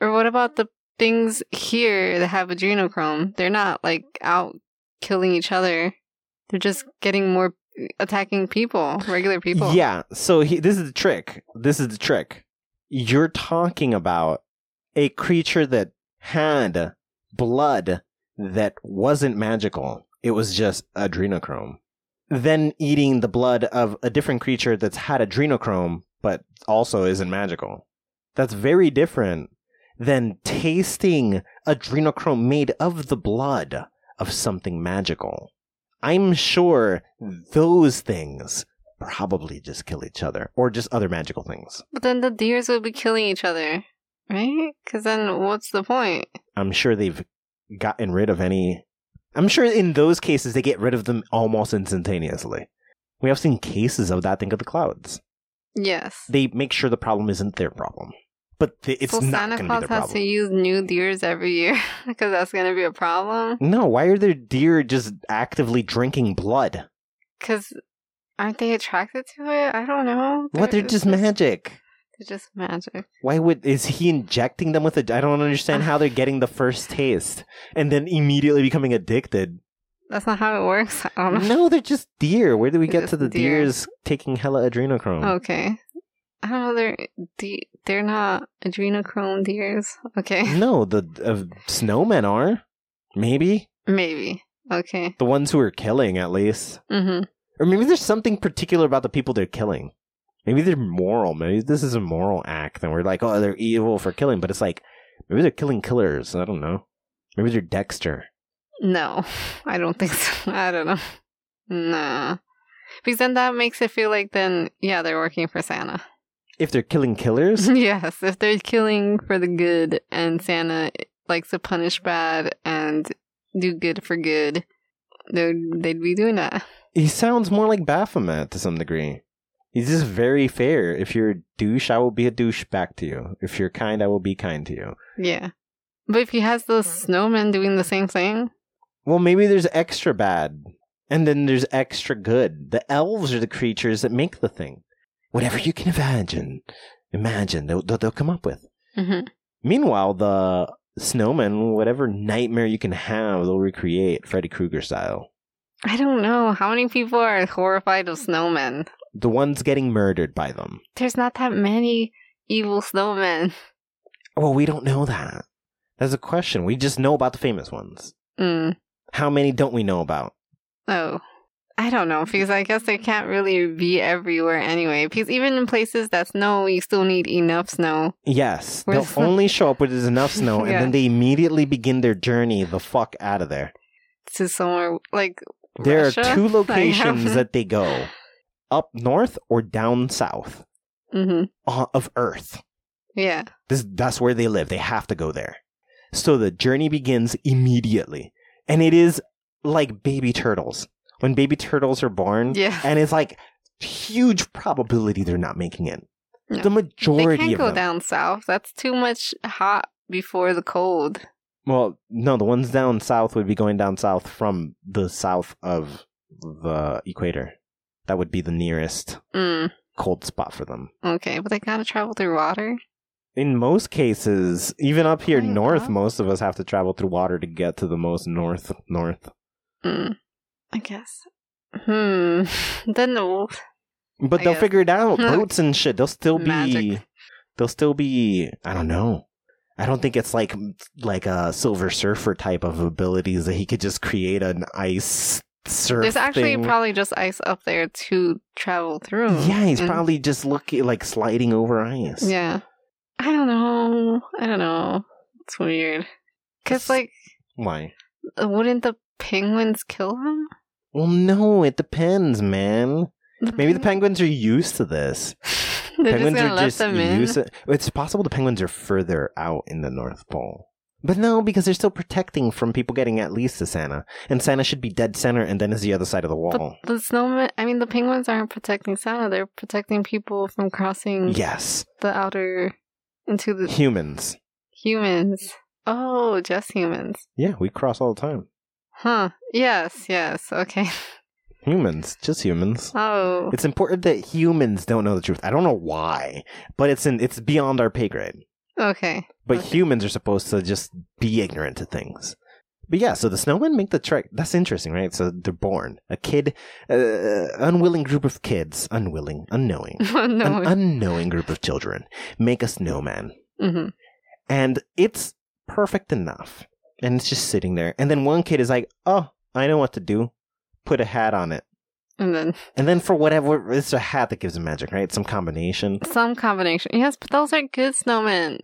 S3: Or what about the things here that have adrenochrome? They're not like out killing each other. They're just getting more attacking people, regular people.
S4: Yeah. So he, this is the trick. This is the trick. You're talking about a creature that had blood that wasn't magical. It was just adrenochrome. Then eating the blood of a different creature that's had adrenochrome but also isn't magical. That's very different than tasting adrenochrome made of the blood of something magical. I'm sure those things probably just kill each other or just other magical things.
S3: But then the deers would be killing each other, right? Because then what's the point?
S4: I'm sure they've gotten rid of any. I'm sure in those cases they get rid of them almost instantaneously. We have seen cases of that. Think of the clouds.
S3: Yes.
S4: They make sure the problem isn't their problem, but th- it's
S3: so
S4: not
S3: Santa
S4: going to be
S3: Claus
S4: their
S3: has to
S4: problem.
S3: use new deers every year <laughs> because that's going to be a problem.
S4: No, why are their deer just actively drinking blood?
S3: Because aren't they attracted to it? I don't know.
S4: What? They're just magic.
S3: They're just magic.
S4: Why would is he injecting them with a? I don't
S3: <sighs>
S4: understand how they're getting the first taste and then immediately becoming addicted.
S3: That's not how it works. <laughs> I don't know.
S4: No, they're just deer. Where do we get
S3: They're just
S4: to the
S3: deer.
S4: deers taking hella adrenochrome?
S3: Okay. I don't know. They're de- they're not adrenochrome deers. Okay,
S4: No, the uh, snowmen are. Maybe.
S3: <laughs> maybe. Okay.
S4: The ones who are killing, at least.
S3: Mm-hmm.
S4: Or maybe there's something particular about the people they're killing. Maybe they're moral. Maybe this is a moral act, and we're like, oh, they're evil for killing. But it's like, maybe they're killing killers. I don't know. Maybe they're Dexter.
S3: No, <laughs> I don't think so. <laughs> I don't know. Nah, because then that makes it feel like then yeah they're working for Santa.
S4: If they're killing killers,
S3: <laughs> yes, if they're killing for the good and Santa likes to punish bad and do good for good, they'd they'd be doing that.
S4: he sounds more like Baphomet to some degree. He's just very fair. If you're a douche, I will be a douche back to you. If you're kind, I will be kind to you.
S3: Yeah, but if he has the snowman doing the same thing,
S4: Well, maybe there's extra bad, and then there's extra good. The elves are the creatures that make the thing. Whatever you can imagine, imagine they'll, they'll, they'll come up with.
S3: hmm
S4: Meanwhile, the snowmen, whatever nightmare you can have, they'll recreate Freddy Krueger style.
S3: I don't know. How many people are horrified of snowmen?
S4: The ones getting murdered by them.
S3: There's not that many evil snowmen.
S4: Well, we don't know that. That's a question. We just know about the famous ones.
S3: Mm.
S4: How many don't we know about?
S3: Oh. I don't know, because I guess they can't really be everywhere anyway. Because even in places that snow, you still need enough snow.
S4: Yes,
S3: We're
S4: they'll
S3: so-
S4: only show up when there's enough snow,
S3: Yeah.
S4: and then they immediately begin their journey the fuck out of there.
S3: to somewhere like
S4: There
S3: Russia?
S4: are two
S3: <laughs> Like,
S4: locations
S3: how-
S4: that they go up north or down south
S3: hmm
S4: uh, of Earth.
S3: Yeah.
S4: This, that's where they live. They have to go there. So the journey begins immediately. And it is like baby turtles. When baby turtles are born,
S3: Yeah.
S4: and it's like huge probability they're not making it.
S3: No.
S4: The
S3: They
S4: majority
S3: can't
S4: of
S3: go
S4: them.
S3: down south. That's too much hot before the cold.
S4: Well, no, the ones down south would be going down south from the south of the equator. That would be the nearest
S3: Mm,
S4: cold spot for them.
S3: okay, but they gotta travel through water.
S4: In most cases, even up here
S3: I don't
S4: north,
S3: know.
S4: most of us have to travel through water to get to the most north north.
S3: Mm, I guess. Hmm. <laughs> Then the
S4: But
S3: I
S4: they'll
S3: guess.
S4: figure it
S3: <laughs>
S4: out. Boats and shit. They'll still be.
S3: Magic.
S4: They'll still be. I don't know. I don't think it's like like a Silver Surfer type of abilities that he could just create an ice surf.
S3: there's actually
S4: thing.
S3: probably just ice up there to travel through.
S4: Yeah, he's
S3: And-
S4: probably just looking like sliding over ice.
S3: Mm. Yeah. I don't know. I don't know. It's weird.
S4: It's-
S3: Cause like, uh,
S4: Why?
S3: wouldn't the penguins kill him?
S4: Well, no, it depends, man. Maybe the
S3: Mm.
S4: penguins are used to this.
S3: <laughs> They're
S4: penguins
S3: just gonna let them in.
S4: used to- It's possible the penguins are further out in the North Pole. But no, because they're still protecting from people getting at least to Santa. And Santa should be dead center and then is the other side of the
S3: But
S4: wall.
S3: the snowman, I mean, the penguins aren't protecting Santa. They're protecting people from crossing
S4: yes.
S3: the outer into the
S4: Humans.
S3: humans. Oh, just humans.
S4: Yeah, we cross all the time.
S3: Huh. Yes, yes. Okay. <laughs>
S4: Humans. Just humans.
S3: Oh.
S4: It's important that humans don't know the truth. I don't know why, but it's in it's beyond our pay grade.
S3: Okay. <laughs>
S4: But
S3: Okay.
S4: humans are supposed to just be ignorant to things. But yeah, so the snowmen make the trek. That's interesting, right? So they're born. A kid, uh, unwilling group of kids, unwilling, unknowing,
S3: no.
S4: an unknowing group of children make a snowman.
S3: hmm
S4: And it's perfect enough. And it's just sitting there. And then one kid is like, oh, I know what to do. Put a hat on it.
S3: And then
S4: And then for whatever, it's a hat that gives him magic, right? Some combination.
S3: some combination. Yes, but those are good snowmen.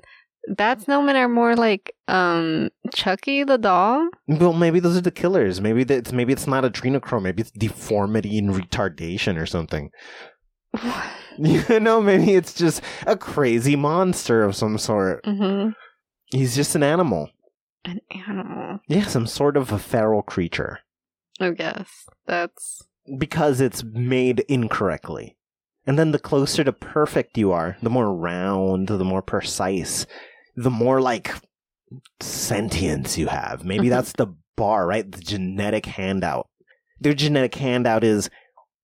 S3: Bad snowmen are more like um Chucky the doll. <laughs>
S4: Well, maybe those are the killers. Maybe that's maybe it's not adrenochrome. Maybe it's deformity and retardation or something. <laughs> You know, maybe it's just a crazy monster of some sort.
S3: hmm
S4: He's just an animal.
S3: An animal.
S4: Yeah, some sort of a feral creature
S3: I guess that's
S4: because it's made incorrectly. And then the closer to perfect you are, the more round, the more precise, the more like sentience you have. Maybe
S3: Mhm.
S4: that's the bar, right? The genetic handout. Their genetic handout is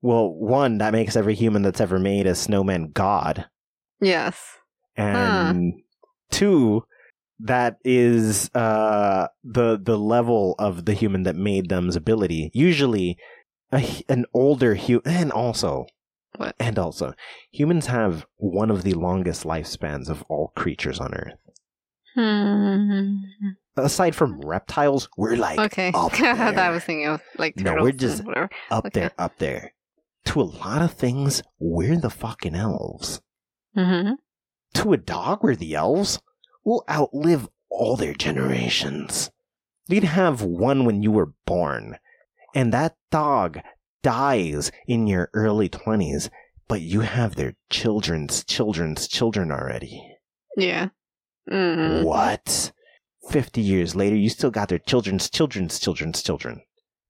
S4: well, one, that makes every human that's ever made a snowman god.
S3: yes.
S4: And two, that is uh, the the level of the human that made them's ability. Usually, a, hu- an older human, and also,
S3: What?
S4: and also, humans have one of the longest lifespans of all creatures on Earth.
S3: Hmm.
S4: Aside from reptiles, we're like
S3: Okay. <laughs>
S4: up there.
S3: I was thinking of like
S4: No,
S3: turtles.
S4: we're just-
S3: and whatever.
S4: up
S3: Okay.
S4: there, up there. To a lot of things, we're the fucking elves.
S3: hmm
S4: to a dog where the elves will outlive all their generations. You'd have one when you were born, and that dog dies in your early 20s, but you have their children's children's children already.
S3: Yeah. Mm.
S4: What? 50 years later, you still got their children's children's children's children.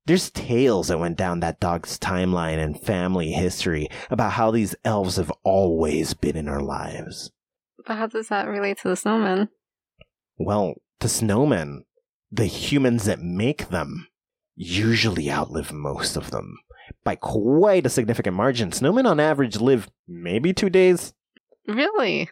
S4: There's tales that went down that dog's timeline and family history about how these elves have always been in our lives.
S3: But how does that relate to the snowman?
S4: Well, the snowmen, the humans that make them, usually outlive most of them by quite a significant margin. Snowmen on average live maybe two days.
S3: Really?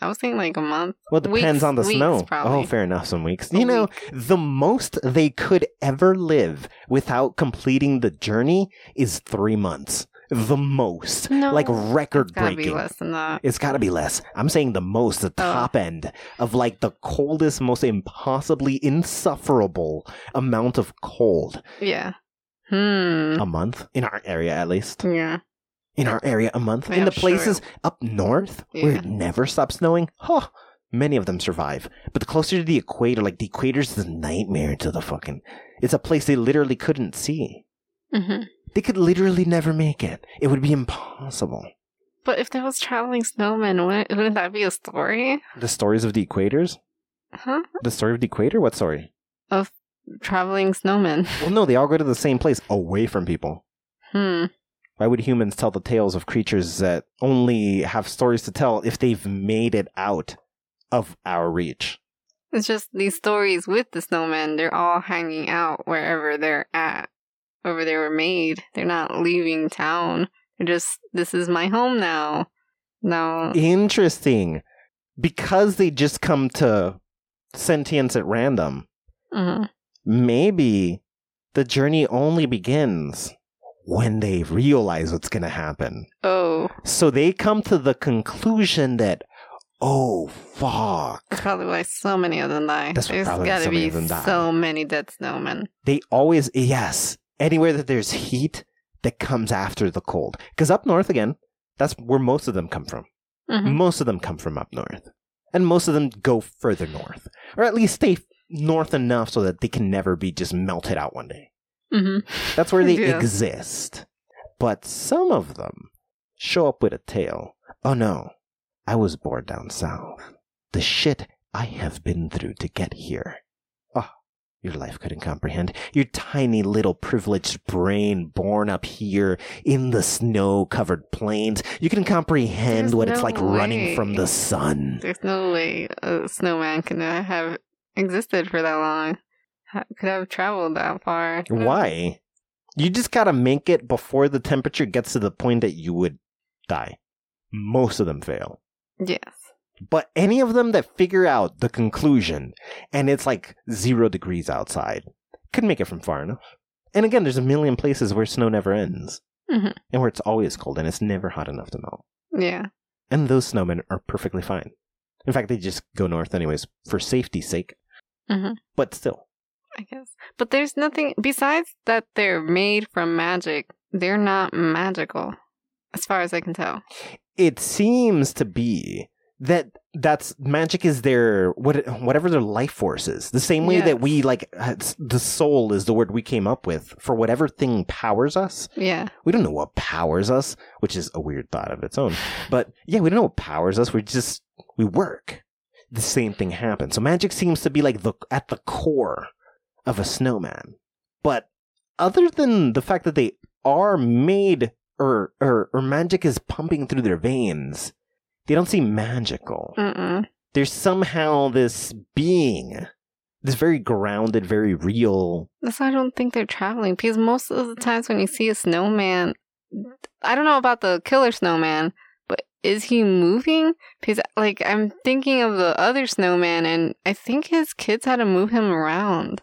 S3: I was thinking like a month.
S4: Well, it depends
S3: Weeks-
S4: on the
S3: weeks,
S4: snow.
S3: probably.
S4: Oh, fair enough, some weeks.
S3: A
S4: you know, the most they could ever live without completing the journey is three months. The most.
S3: No,
S4: like
S3: It's
S4: record
S3: gotta be
S4: breaking.
S3: less than that.
S4: It's got to be less. I'm saying the most,
S3: Uh.
S4: the top end of like the coldest, most impossibly insufferable amount of cold.
S3: Yeah. Hmm.
S4: A month in our area, at least.
S3: Yeah.
S4: In our area, a month.
S3: Mm. Yeah,
S4: in the
S3: sure.
S4: places up north where
S3: Yeah.
S4: it never stops snowing, huh? Many of them survive. But the closer to the equator, like the equator's the nightmare to the fucking. It's a place they literally couldn't see.
S3: hmm
S4: They could literally never make it. It would be impossible.
S3: But if there was traveling snowmen, wouldn't, wouldn't that be a story?
S4: The stories of the equators?
S3: Huh?
S4: The story of the equator? What story?
S3: Traveling snowmen. <laughs>
S4: Well, no, they all go to the same place, away from people.
S3: Hmm.
S4: Why would humans tell the tales of creatures that only have stories to tell if they've made it out of our reach?
S3: It's just these stories with the snowmen, they're all hanging out wherever they're at, wherever they were made. They're not leaving town. They're just, this is my home now. No.
S4: Interesting. Because they just come to sentience at random,
S3: Mhm.
S4: maybe the journey only begins when they realize what's going to happen.
S3: Oh,
S4: So they come to the conclusion that, oh, fuck.
S3: that's probably why so many of them die.
S4: That's
S3: There's
S4: probably why
S3: gotta
S4: so many
S3: be
S4: of them die.
S3: so many dead snowmen.
S4: They always, yes, anywhere that there's heat that comes after the cold. Because up north, again, that's where most of them come from.
S3: Mhm.
S4: Most of them come from up north. And most of them go further north. Or at least stay north enough so that they can never be just melted out one day.
S3: Mhm.
S4: That's where they
S3: Yeah.
S4: exist. But some of them show up with a tale. Oh no, I was born down south. The shit I have been through to get here. Oh, your life couldn't comprehend. Your tiny little privileged brain born up here in the snow covered plains. You can comprehend
S3: There's
S4: what it's
S3: no
S4: like running from
S3: way.
S4: the sun.
S3: There's no way a snowman can have existed for that long. Ha- Could have traveled that far.
S4: Why? You just gotta make it before the temperature gets to the point that you would die. Most of them fail.
S3: Yes.
S4: But any of them that figure out the conclusion and it's like zero degrees outside could make it from far enough. And again, there's a million places where snow never ends
S3: Mhm.
S4: and where it's always cold and it's never hot enough to melt.
S3: Yeah.
S4: And those snowmen are perfectly fine. In fact, they just go north anyways for safety's sake.
S3: Mhm.
S4: But still,
S3: I guess. But there's nothing besides that they're made from magic. They're not magical, as far as I can tell.
S4: it seems to be that that's magic is their what whatever their life force is the same way that
S3: Yes.
S4: we like uh, s- the soul is the word we came up with for whatever thing powers us
S3: Yeah.
S4: we don't know what powers us which is a weird thought of its own but yeah we don't know what powers us we just we work the same thing happens so magic seems to be like the at the core of a snowman but other than the fact that they are made or or, or magic is pumping through their veins they don't seem magical
S3: Mm-mm.
S4: there's somehow this being this very grounded very real
S3: That's why I don't think they're traveling because most of the times when you see a snowman, I don't know about the killer snowman, but is he moving? Because like I'm thinking of the other snowman, and I think his kids had to move him around.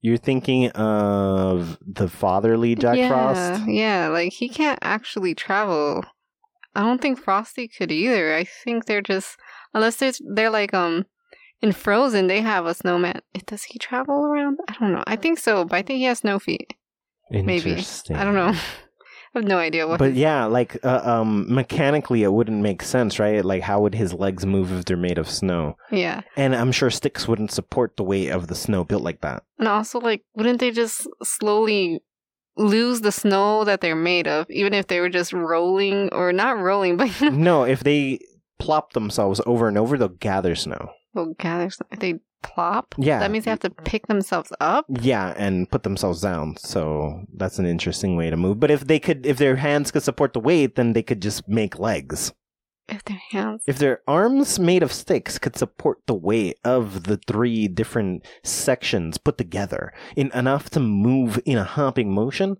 S4: you're thinking of the fatherly jack
S3: yeah,
S4: frost
S3: Yeah, like he can't actually travel. I don't think Frosty could either. I think they're just unless there's they're like um in Frozen they have a snowman. Does he travel around? I don't know. I think so, but I think he has no feet. Maybe.
S4: Interesting.
S3: I don't know. <laughs> I have no idea what.
S4: But
S3: his-
S4: yeah, like uh, um, mechanically, it wouldn't make sense, right? Like, how would his legs move if they're made of snow?
S3: yeah,
S4: And I'm sure sticks wouldn't support the weight of the snow built like
S3: <laughs>
S4: that.
S3: and also like, wouldn't they just slowly lose the snow that they're made of, even if they were just rolling or not rolling, <laughs> but you know,
S4: no, if they plop themselves over and over, they'll gather snow.
S3: well, gather snow. If they plop,
S4: Yeah.
S3: that means they have to pick themselves up.
S4: Yeah, and put themselves down. So that's an interesting way to move. But if they could, if their hands could support the weight, then they could just make legs.
S3: If their hands.
S4: If their arms made of sticks could support the weight of the three different sections put together in enough to move in a hopping motion,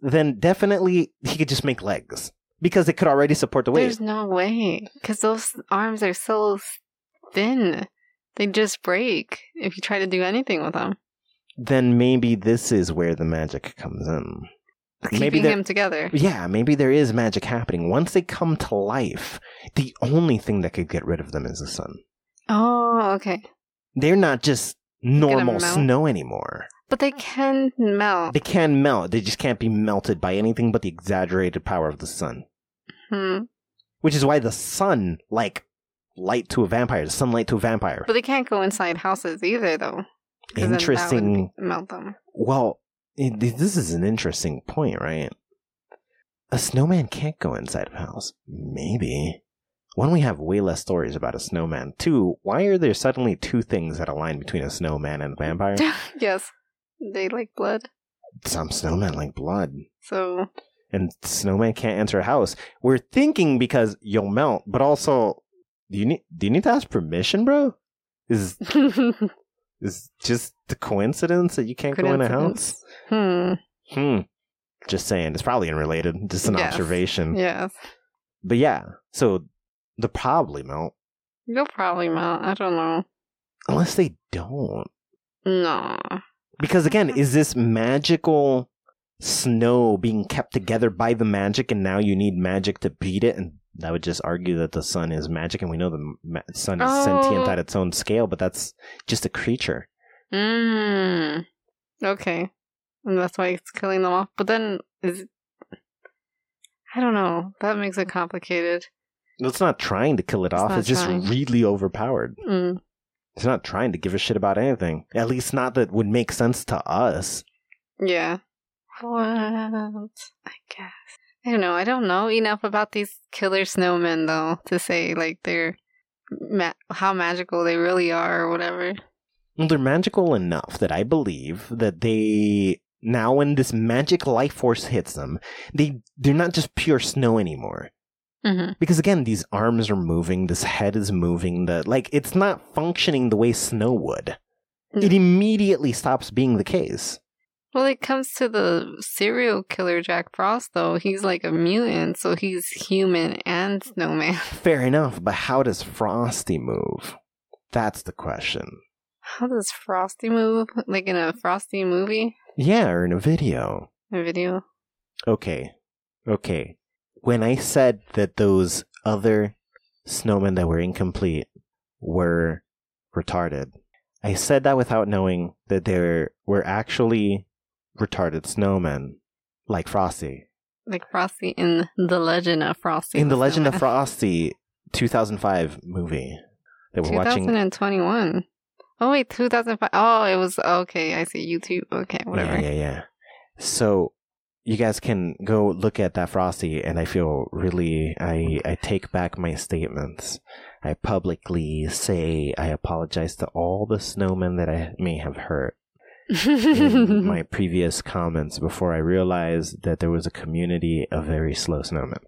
S4: then definitely he could just make legs because they could already support the weight.
S3: There's no way. Because those arms are so thin. They just break if you try to do anything with them.
S4: Then maybe this is where the magic comes in.
S3: Keeping
S4: Maybe they're-
S3: them together.
S4: Yeah, maybe there is magic happening. Once they come to life, the only thing that could get rid of them is the sun.
S3: Oh, okay.
S4: They're not just normal
S3: melt.
S4: snow anymore.
S3: But they can melt.
S4: They can melt. They just can't be melted by anything but the exaggerated power of the sun.
S3: Hmm.
S4: Which is why the sun, like light to a vampire, the sunlight to a vampire.
S3: But they can't go inside houses either, though. 'cause then that would
S4: Interesting.
S3: melt them.
S4: Well, it- this is an interesting point, right? A snowman can't go inside of a house. Maybe. One, we have way less stories about a snowman. Two, why are there suddenly two things that align between a snowman and a
S3: <laughs>
S4: vampire?
S3: yes. They like blood.
S4: Some snowmen like blood.
S3: So
S4: and snowman can't enter a house. We're thinking because you'll melt, but also do you need do you need to ask permission, bro? Is
S3: coincidence.
S4: is just the coincidence that you can't go in a house?
S3: Hmm.
S4: Hmm. Just saying, it's probably unrelated. Just an
S3: Yes.
S4: observation.
S3: Yes.
S4: But yeah, so the probably melt
S3: You'll probably mount. I don't know.
S4: unless they don't.
S3: No.
S4: Because again, is this magical snow being kept together by the magic, and now you need magic to beat it? And I would just argue that the sun is magic, and we know the ma- sun is sentient
S3: Oh.
S4: at its own scale, but that's just a creature.
S3: Mm. Okay. And that's why it's killing them off. But then is I don't know. That makes it complicated.
S4: It's not trying to kill it
S3: It's
S4: off.
S3: not
S4: It's just
S3: trying.
S4: really overpowered.
S3: Mm.
S4: It's not trying to give a shit about anything. At least not that would make sense to us.
S3: Yeah. What I guess. I don't know. I don't know enough about these killer snowmen though to say like they're ma- how magical they really are or whatever.
S4: Well, they're magical enough that I believe that they now when this magic life force hits them, they they're not just pure snow anymore.
S3: Mm-hmm.
S4: because again these arms are moving this head is moving the like it's not functioning the way snow would it immediately stops being the case
S3: Well, it comes to the serial killer Jack Frost though. He's like a mutant, so he's human and snowman. <laughs>
S4: fair enough but how does frosty move that's the question
S3: How does Frosty move? Like in a Frosty movie?
S4: yeah or in a video
S3: A video?
S4: okay okay when i said that those other snowmen that were incomplete were retarded i said that without knowing that they were actually retarded snowmen like frosty
S3: Like Frosty in The Legend of Frosty.
S4: in the
S3: the
S4: Legend of
S3: Snowman.
S4: Frosty 2005 movie that we're watching.
S3: 2021. Oh, wait, 2005. Oh, it was. Okay, I see. YouTube. Okay, whatever. <laughs>
S4: Yeah, yeah, yeah. So you guys can go look at that Frosty, and I feel really I I take back my statements. I publicly say I apologize to all the snowmen that I may have hurt in my previous comments before I realized that there was a community of very slow snowmen.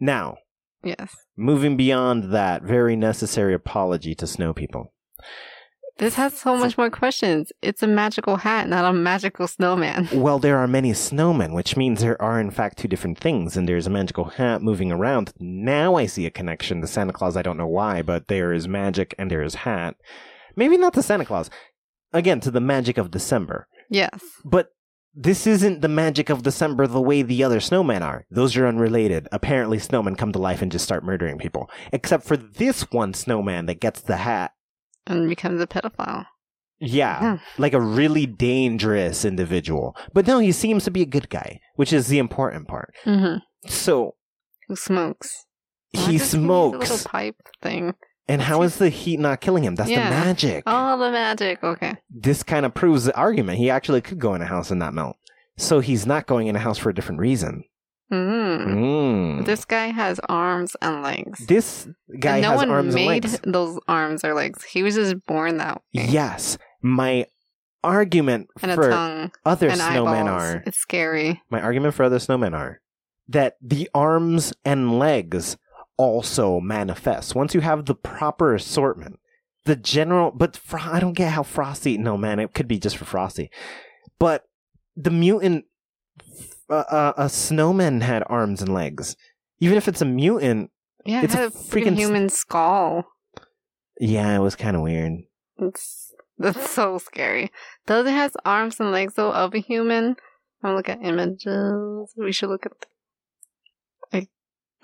S4: Now,
S3: yes.
S4: moving beyond that very necessary apology to snow people.
S3: This has so much more questions. It's a magical hat, not a magical snowman.
S4: Well, there are many snowmen, which means there are in fact two different things, and there's a magical hat moving around. Now I see a connection to Santa Claus. I don't know why, but there is magic and there is hat. Maybe not to Santa Claus. Again, to the magic of December.
S3: Yes.
S4: But this isn't the magic of December the way the other snowmen are. Those are unrelated. Apparently, snowmen come to life and just start murdering people. Except for this one snowman that gets the hat
S3: And becomes a pedophile.
S4: yeah,
S3: Yeah.
S4: like a really dangerous individual. But no, he seems to be a good guy, which is the important part.
S3: Mm-hmm.
S4: So
S3: Who smokes? Why
S4: he
S3: does need the
S4: smokes.
S3: little pipe thing.
S4: And how is the heat not killing him? That's
S3: Yeah.
S4: the magic.
S3: Oh, the magic. Okay.
S4: This kind of proves the argument. He actually could go in a house and not melt. So he's not going in a house for a different reason.
S3: Mm.
S4: Mm.
S3: This guy has arms and legs.
S4: This guy
S3: And no
S4: has
S3: one
S4: arms and
S3: made
S4: legs.
S3: those arms or legs. He was just born that way.
S4: Yes. My argument
S3: And a
S4: for
S3: tongue
S4: other
S3: and
S4: snowmen
S3: eyeballs.
S4: are
S3: It's scary.
S4: my argument for other snowmen are that the arms and legs also manifest once you have the proper assortment. The general, but Fro- I don't get how Frosty. No, man, it could be just for Frosty. But the mutant, uh, uh, a snowman had arms and legs. Even if it's a mutant,
S3: Yeah,
S4: It's
S3: it had
S4: a
S3: a freaking
S4: freaking-
S3: human skull.
S4: yeah, it was kind of weird.
S3: It's that's so scary. Does it has arms and legs though of a human? I'm looking at images. We should look at. I,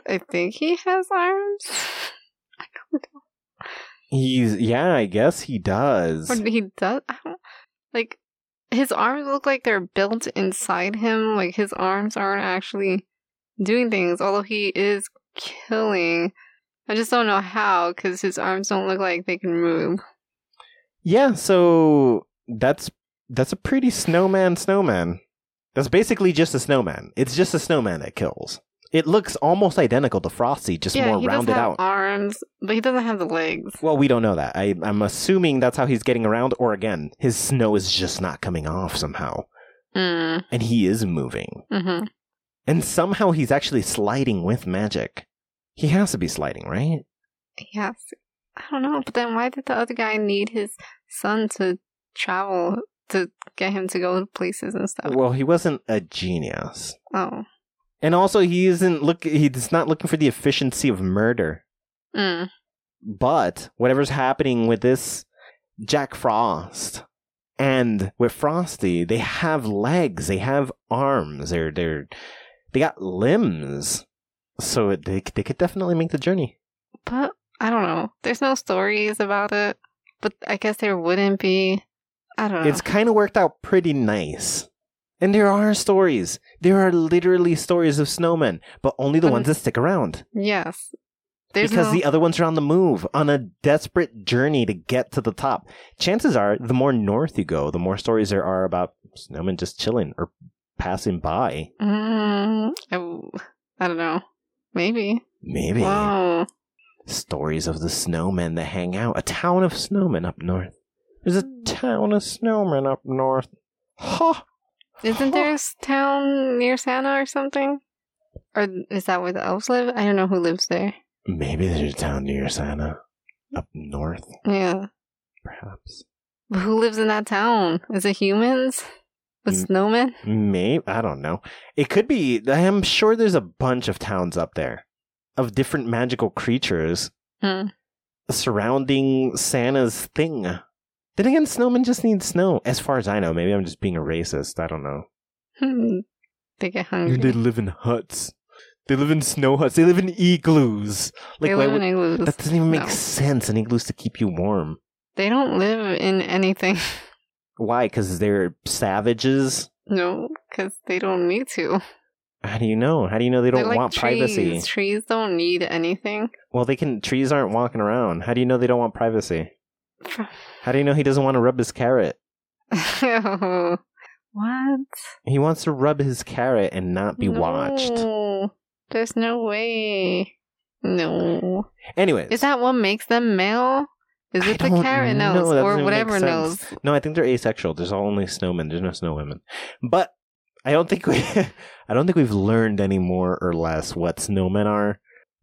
S3: I think he has arms. I don't know.
S4: He's yeah, I guess he does.
S3: Or he does. I don't, like his arms look like they're built inside him. Like his arms aren't actually doing things, although he is killing. I just don't know how because his arms don't look like they can move.
S4: Yeah, so that's that's a pretty snowman snowman. That's basically just a snowman. It's just a snowman that kills. It looks almost identical to Frosty, just
S3: yeah,
S4: more
S3: he does
S4: rounded
S3: have
S4: out.
S3: arms, but he doesn't have the legs.
S4: Well, we don't know that. I, I'm assuming that's how he's getting around, or again, his snow is just not coming off somehow.
S3: Mm,
S4: And he is moving.
S3: hmm
S4: And somehow he's actually sliding with magic. He has to be sliding, right?
S3: Yes. I don't know, but then why did the other guy need his son to travel to get him to go to places and stuff?
S4: Well, he wasn't a genius.
S3: Oh.
S4: And also he isn't look he's not looking for the efficiency of murder.
S3: Mm.
S4: But whatever's happening with this Jack Frost and with Frosty, they have legs, they have arms, they're they're they got limbs. So it, they they could definitely make the journey.
S3: But I don't know. There's no stories about it. But I guess there wouldn't be. I don't know.
S4: It's kind of worked out pretty nice. And there are stories. There are literally stories of snowmen, but only the
S3: Um,
S4: ones that stick around.
S3: yes. There's
S4: because
S3: no,
S4: the other ones are on the move on a desperate journey to get to the top. Chances are, the more north you go, the more stories there are about snowmen just chilling or passing by.
S3: Mm, oh, I don't know. Maybe.
S4: Maybe
S3: Wow.
S4: stories of the snowmen that hang out. A town of snowmen up north. There's a town of snowmen up north. Huh.
S3: Isn't there a s- town near Santa or something? Or is that where the elves live? I don't know who lives there.
S4: Maybe there's a town near Santa up north,
S3: Yeah.
S4: perhaps.
S3: But who lives in that town? Is it humans? The
S4: Mm.
S3: snowmen?
S4: Maybe I don't know. It could be. I am sure there's a bunch of towns up there of different magical creatures
S3: Hmm.
S4: surrounding Santa's thing. Then again, snowmen just need snow, as far as I know. Maybe I'm just being a racist. I don't know.
S3: Hmm. they get hungry.
S4: live in huts. They live in snow huts. They live in igloos. Like
S3: they
S4: why
S3: live
S4: would,
S3: in igloos.
S4: that doesn't even make
S3: No.
S4: sense. An igloos to keep you warm.
S3: They don't live in anything. <laughs>
S4: Why? Because they're savages.
S3: no, because they don't need to.
S4: How do you know? How do you know they don't
S3: They're like
S4: want
S3: trees.
S4: privacy?
S3: Trees don't need anything. <laughs>
S4: Well, they can. Trees aren't walking around. How do you know they don't want privacy? How do you know he doesn't want to rub his carrot?
S3: what?
S4: He wants to rub his carrot and not be watched.
S3: No. There's no way. No.
S4: Anyways,
S3: Is that what makes them male? Is
S4: I
S3: it the
S4: don't
S3: carrot
S4: know.
S3: nose
S4: That doesn't
S3: or
S4: even
S3: whatever
S4: make
S3: nose?
S4: sense. No, I think they're asexual. There's only snowmen. There's no snow women. But I don't think we, <laughs> I don't think we've learned any more or less what snowmen are.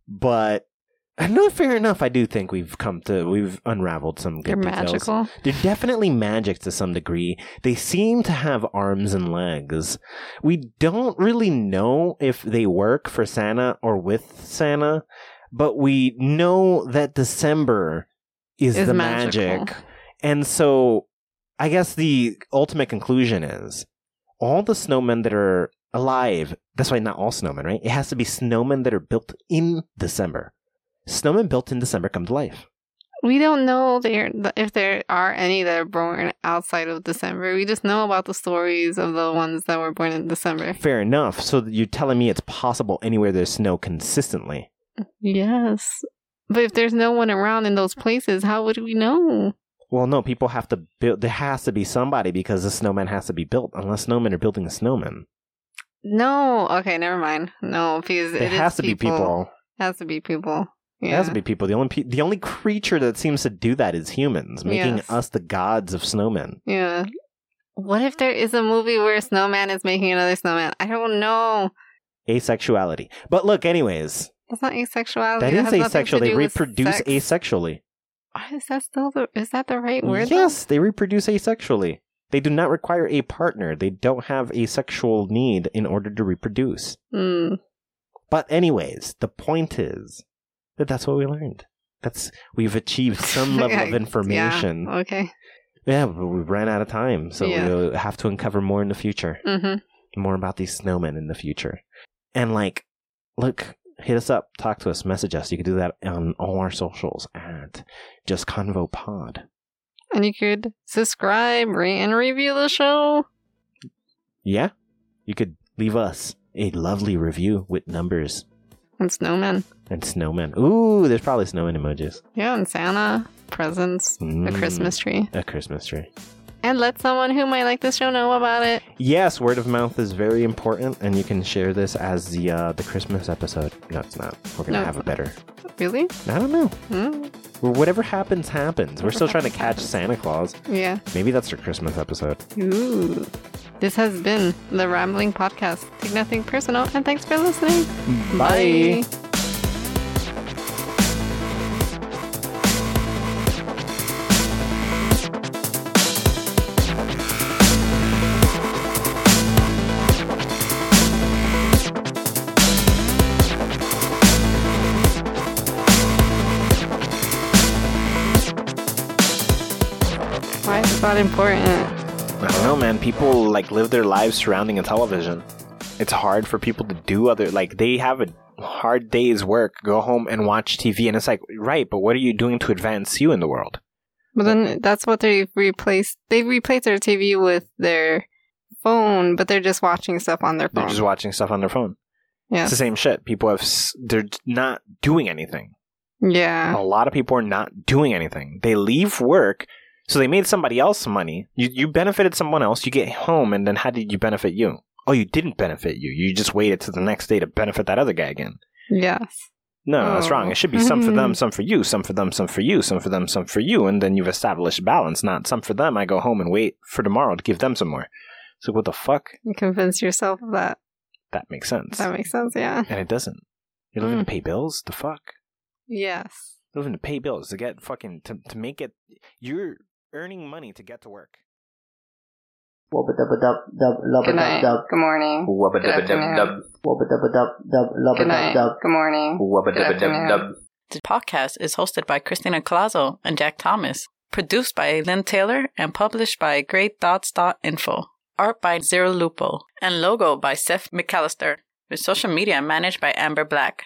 S4: But <laughs> I know, fair enough. I do think we've come to we've unraveled some good
S3: They're
S4: details.
S3: magical.
S4: They're definitely magic to some degree. They seem to have arms and legs. We don't really know if they work for Santa or with Santa, but we know that December is,
S3: Is
S4: the
S3: magical.
S4: magic. And so I guess the ultimate conclusion is all the snowmen that are alive, that's why not all snowmen, right? It has to be snowmen that are built in December. Snowmen built in December come to life.
S3: We don't know there if there are any that are born outside of December. We just know about the stories of the ones that were born in December.
S4: Fair enough. So you're telling me it's possible anywhere there's snow consistently.
S3: Yes. But if there's no one around in those places, how would we know?
S4: Well, no, people have to build. There has to be somebody because the snowman has to be built, unless snowmen are building a snowman.
S3: No. Okay, never mind. No, because
S4: There
S3: it is
S4: has to
S3: people.
S4: be people.
S3: Has to be people. Yeah.
S4: There has to be people. The only pe- the only creature that seems to do that is humans, making
S3: Yes.
S4: us the gods of snowmen.
S3: Yeah. What if there is a movie where a snowman is making another snowman? I don't know.
S4: Asexuality. But look, anyways,
S3: That's not asexuality.
S4: that
S3: Oh, It
S4: is
S3: has nothing
S4: asexual.
S3: to
S4: They
S3: do with
S4: reproduce
S3: sex.
S4: asexually.
S3: Is that still the? Is that the right word? though?
S4: yes, they reproduce asexually. They do not require a partner. They don't have a sexual need in order to reproduce.
S3: Hmm.
S4: But anyways, the point is that that's what we learned. That's we've achieved
S3: <laughs>
S4: some level of
S3: Yeah,
S4: information. Yeah,
S3: Okay.
S4: but we ran out of time, so
S3: Yeah.
S4: we'll have to uncover more in the future.
S3: Mm-hmm.
S4: More about these snowmen in the future. And like, look, hit us up, talk to us, message us. You can do that on all our socials at just convo pod.
S3: And you could subscribe, rate, and review the show.
S4: Yeah? You could leave us a lovely review with numbers
S3: And snowmen.
S4: and snowmen. Ooh, there's probably snowmen emojis.
S3: Yeah, and Santa presents,
S4: Mm,
S3: a Christmas tree,
S4: A Christmas tree.
S3: and let someone who might like this show know about it.
S4: Yes, word of mouth is very important, and you can share this as the uh, the Christmas episode. No, it's not. We're gonna
S3: No,
S4: have a
S3: it's
S4: better.
S3: Really?
S4: I don't know.
S3: Hmm?
S4: Well, whatever happens, happens. We're still trying to catch Santa Claus.
S3: Yeah.
S4: Maybe that's your Christmas episode.
S3: Ooh. This has been the Rambling Podcast. Take nothing personal, and thanks for listening.
S4: Bye.
S3: Why is that important?
S4: I don't know, man. People like live their lives surrounding a television. It's hard for people to do other like they have a hard day's work, go home and watch TV, and it's like right, but what are you doing to advance you in the world?
S3: But then that's what they replaced. They replaced their TV with their phone, but they're just watching stuff on their
S4: They're
S3: phone.
S4: just watching stuff on their phone.
S3: Um, yeah,
S4: It's the same shit. People have s- they're not doing anything.
S3: yeah,
S4: A lot of people are not doing anything. They leave work, so they made somebody else some money. You you benefited someone else. You get home, and then how did you benefit you? Oh, you didn't benefit you. You just waited to the next day to benefit that other guy again.
S3: yes.
S4: No, no, that's wrong.
S3: Oh.
S4: It should be some for
S3: <laughs>
S4: them, some for you, some for them, some for you, some for them, some for you, and then you've established balance. Not some for them. I go home and wait for tomorrow to give them some more. So what the fuck?
S3: You convince yourself of that.
S4: That makes sense,
S3: That Mm. makes sense. Yeah.
S4: and it doesn't. You're living to pay bills. The fuck.
S3: Yes.
S4: Living to pay bills to get fucking to to make it. You're earning money to get to work.
S5: Wubba dubba dub dub lubba
S3: Good night.
S5: dub dub.
S3: Good morning.
S5: Wubba
S3: Good
S5: dubba dub dub.
S3: afternoon.
S5: Wubba dubba dub dub lubba
S3: Good
S5: dub
S3: night.
S5: dub.
S3: Good morning.
S5: Wubba
S3: Good
S5: dubba dub
S3: afternoon.
S5: dub.
S1: The podcast is hosted by Christina Colazo and Jack Thomas, produced by Lynn Taylor, and published by GreatThoughts.info. Art by Zero Lupo, and logo by Seth McAllister, with social media managed by Amber Black.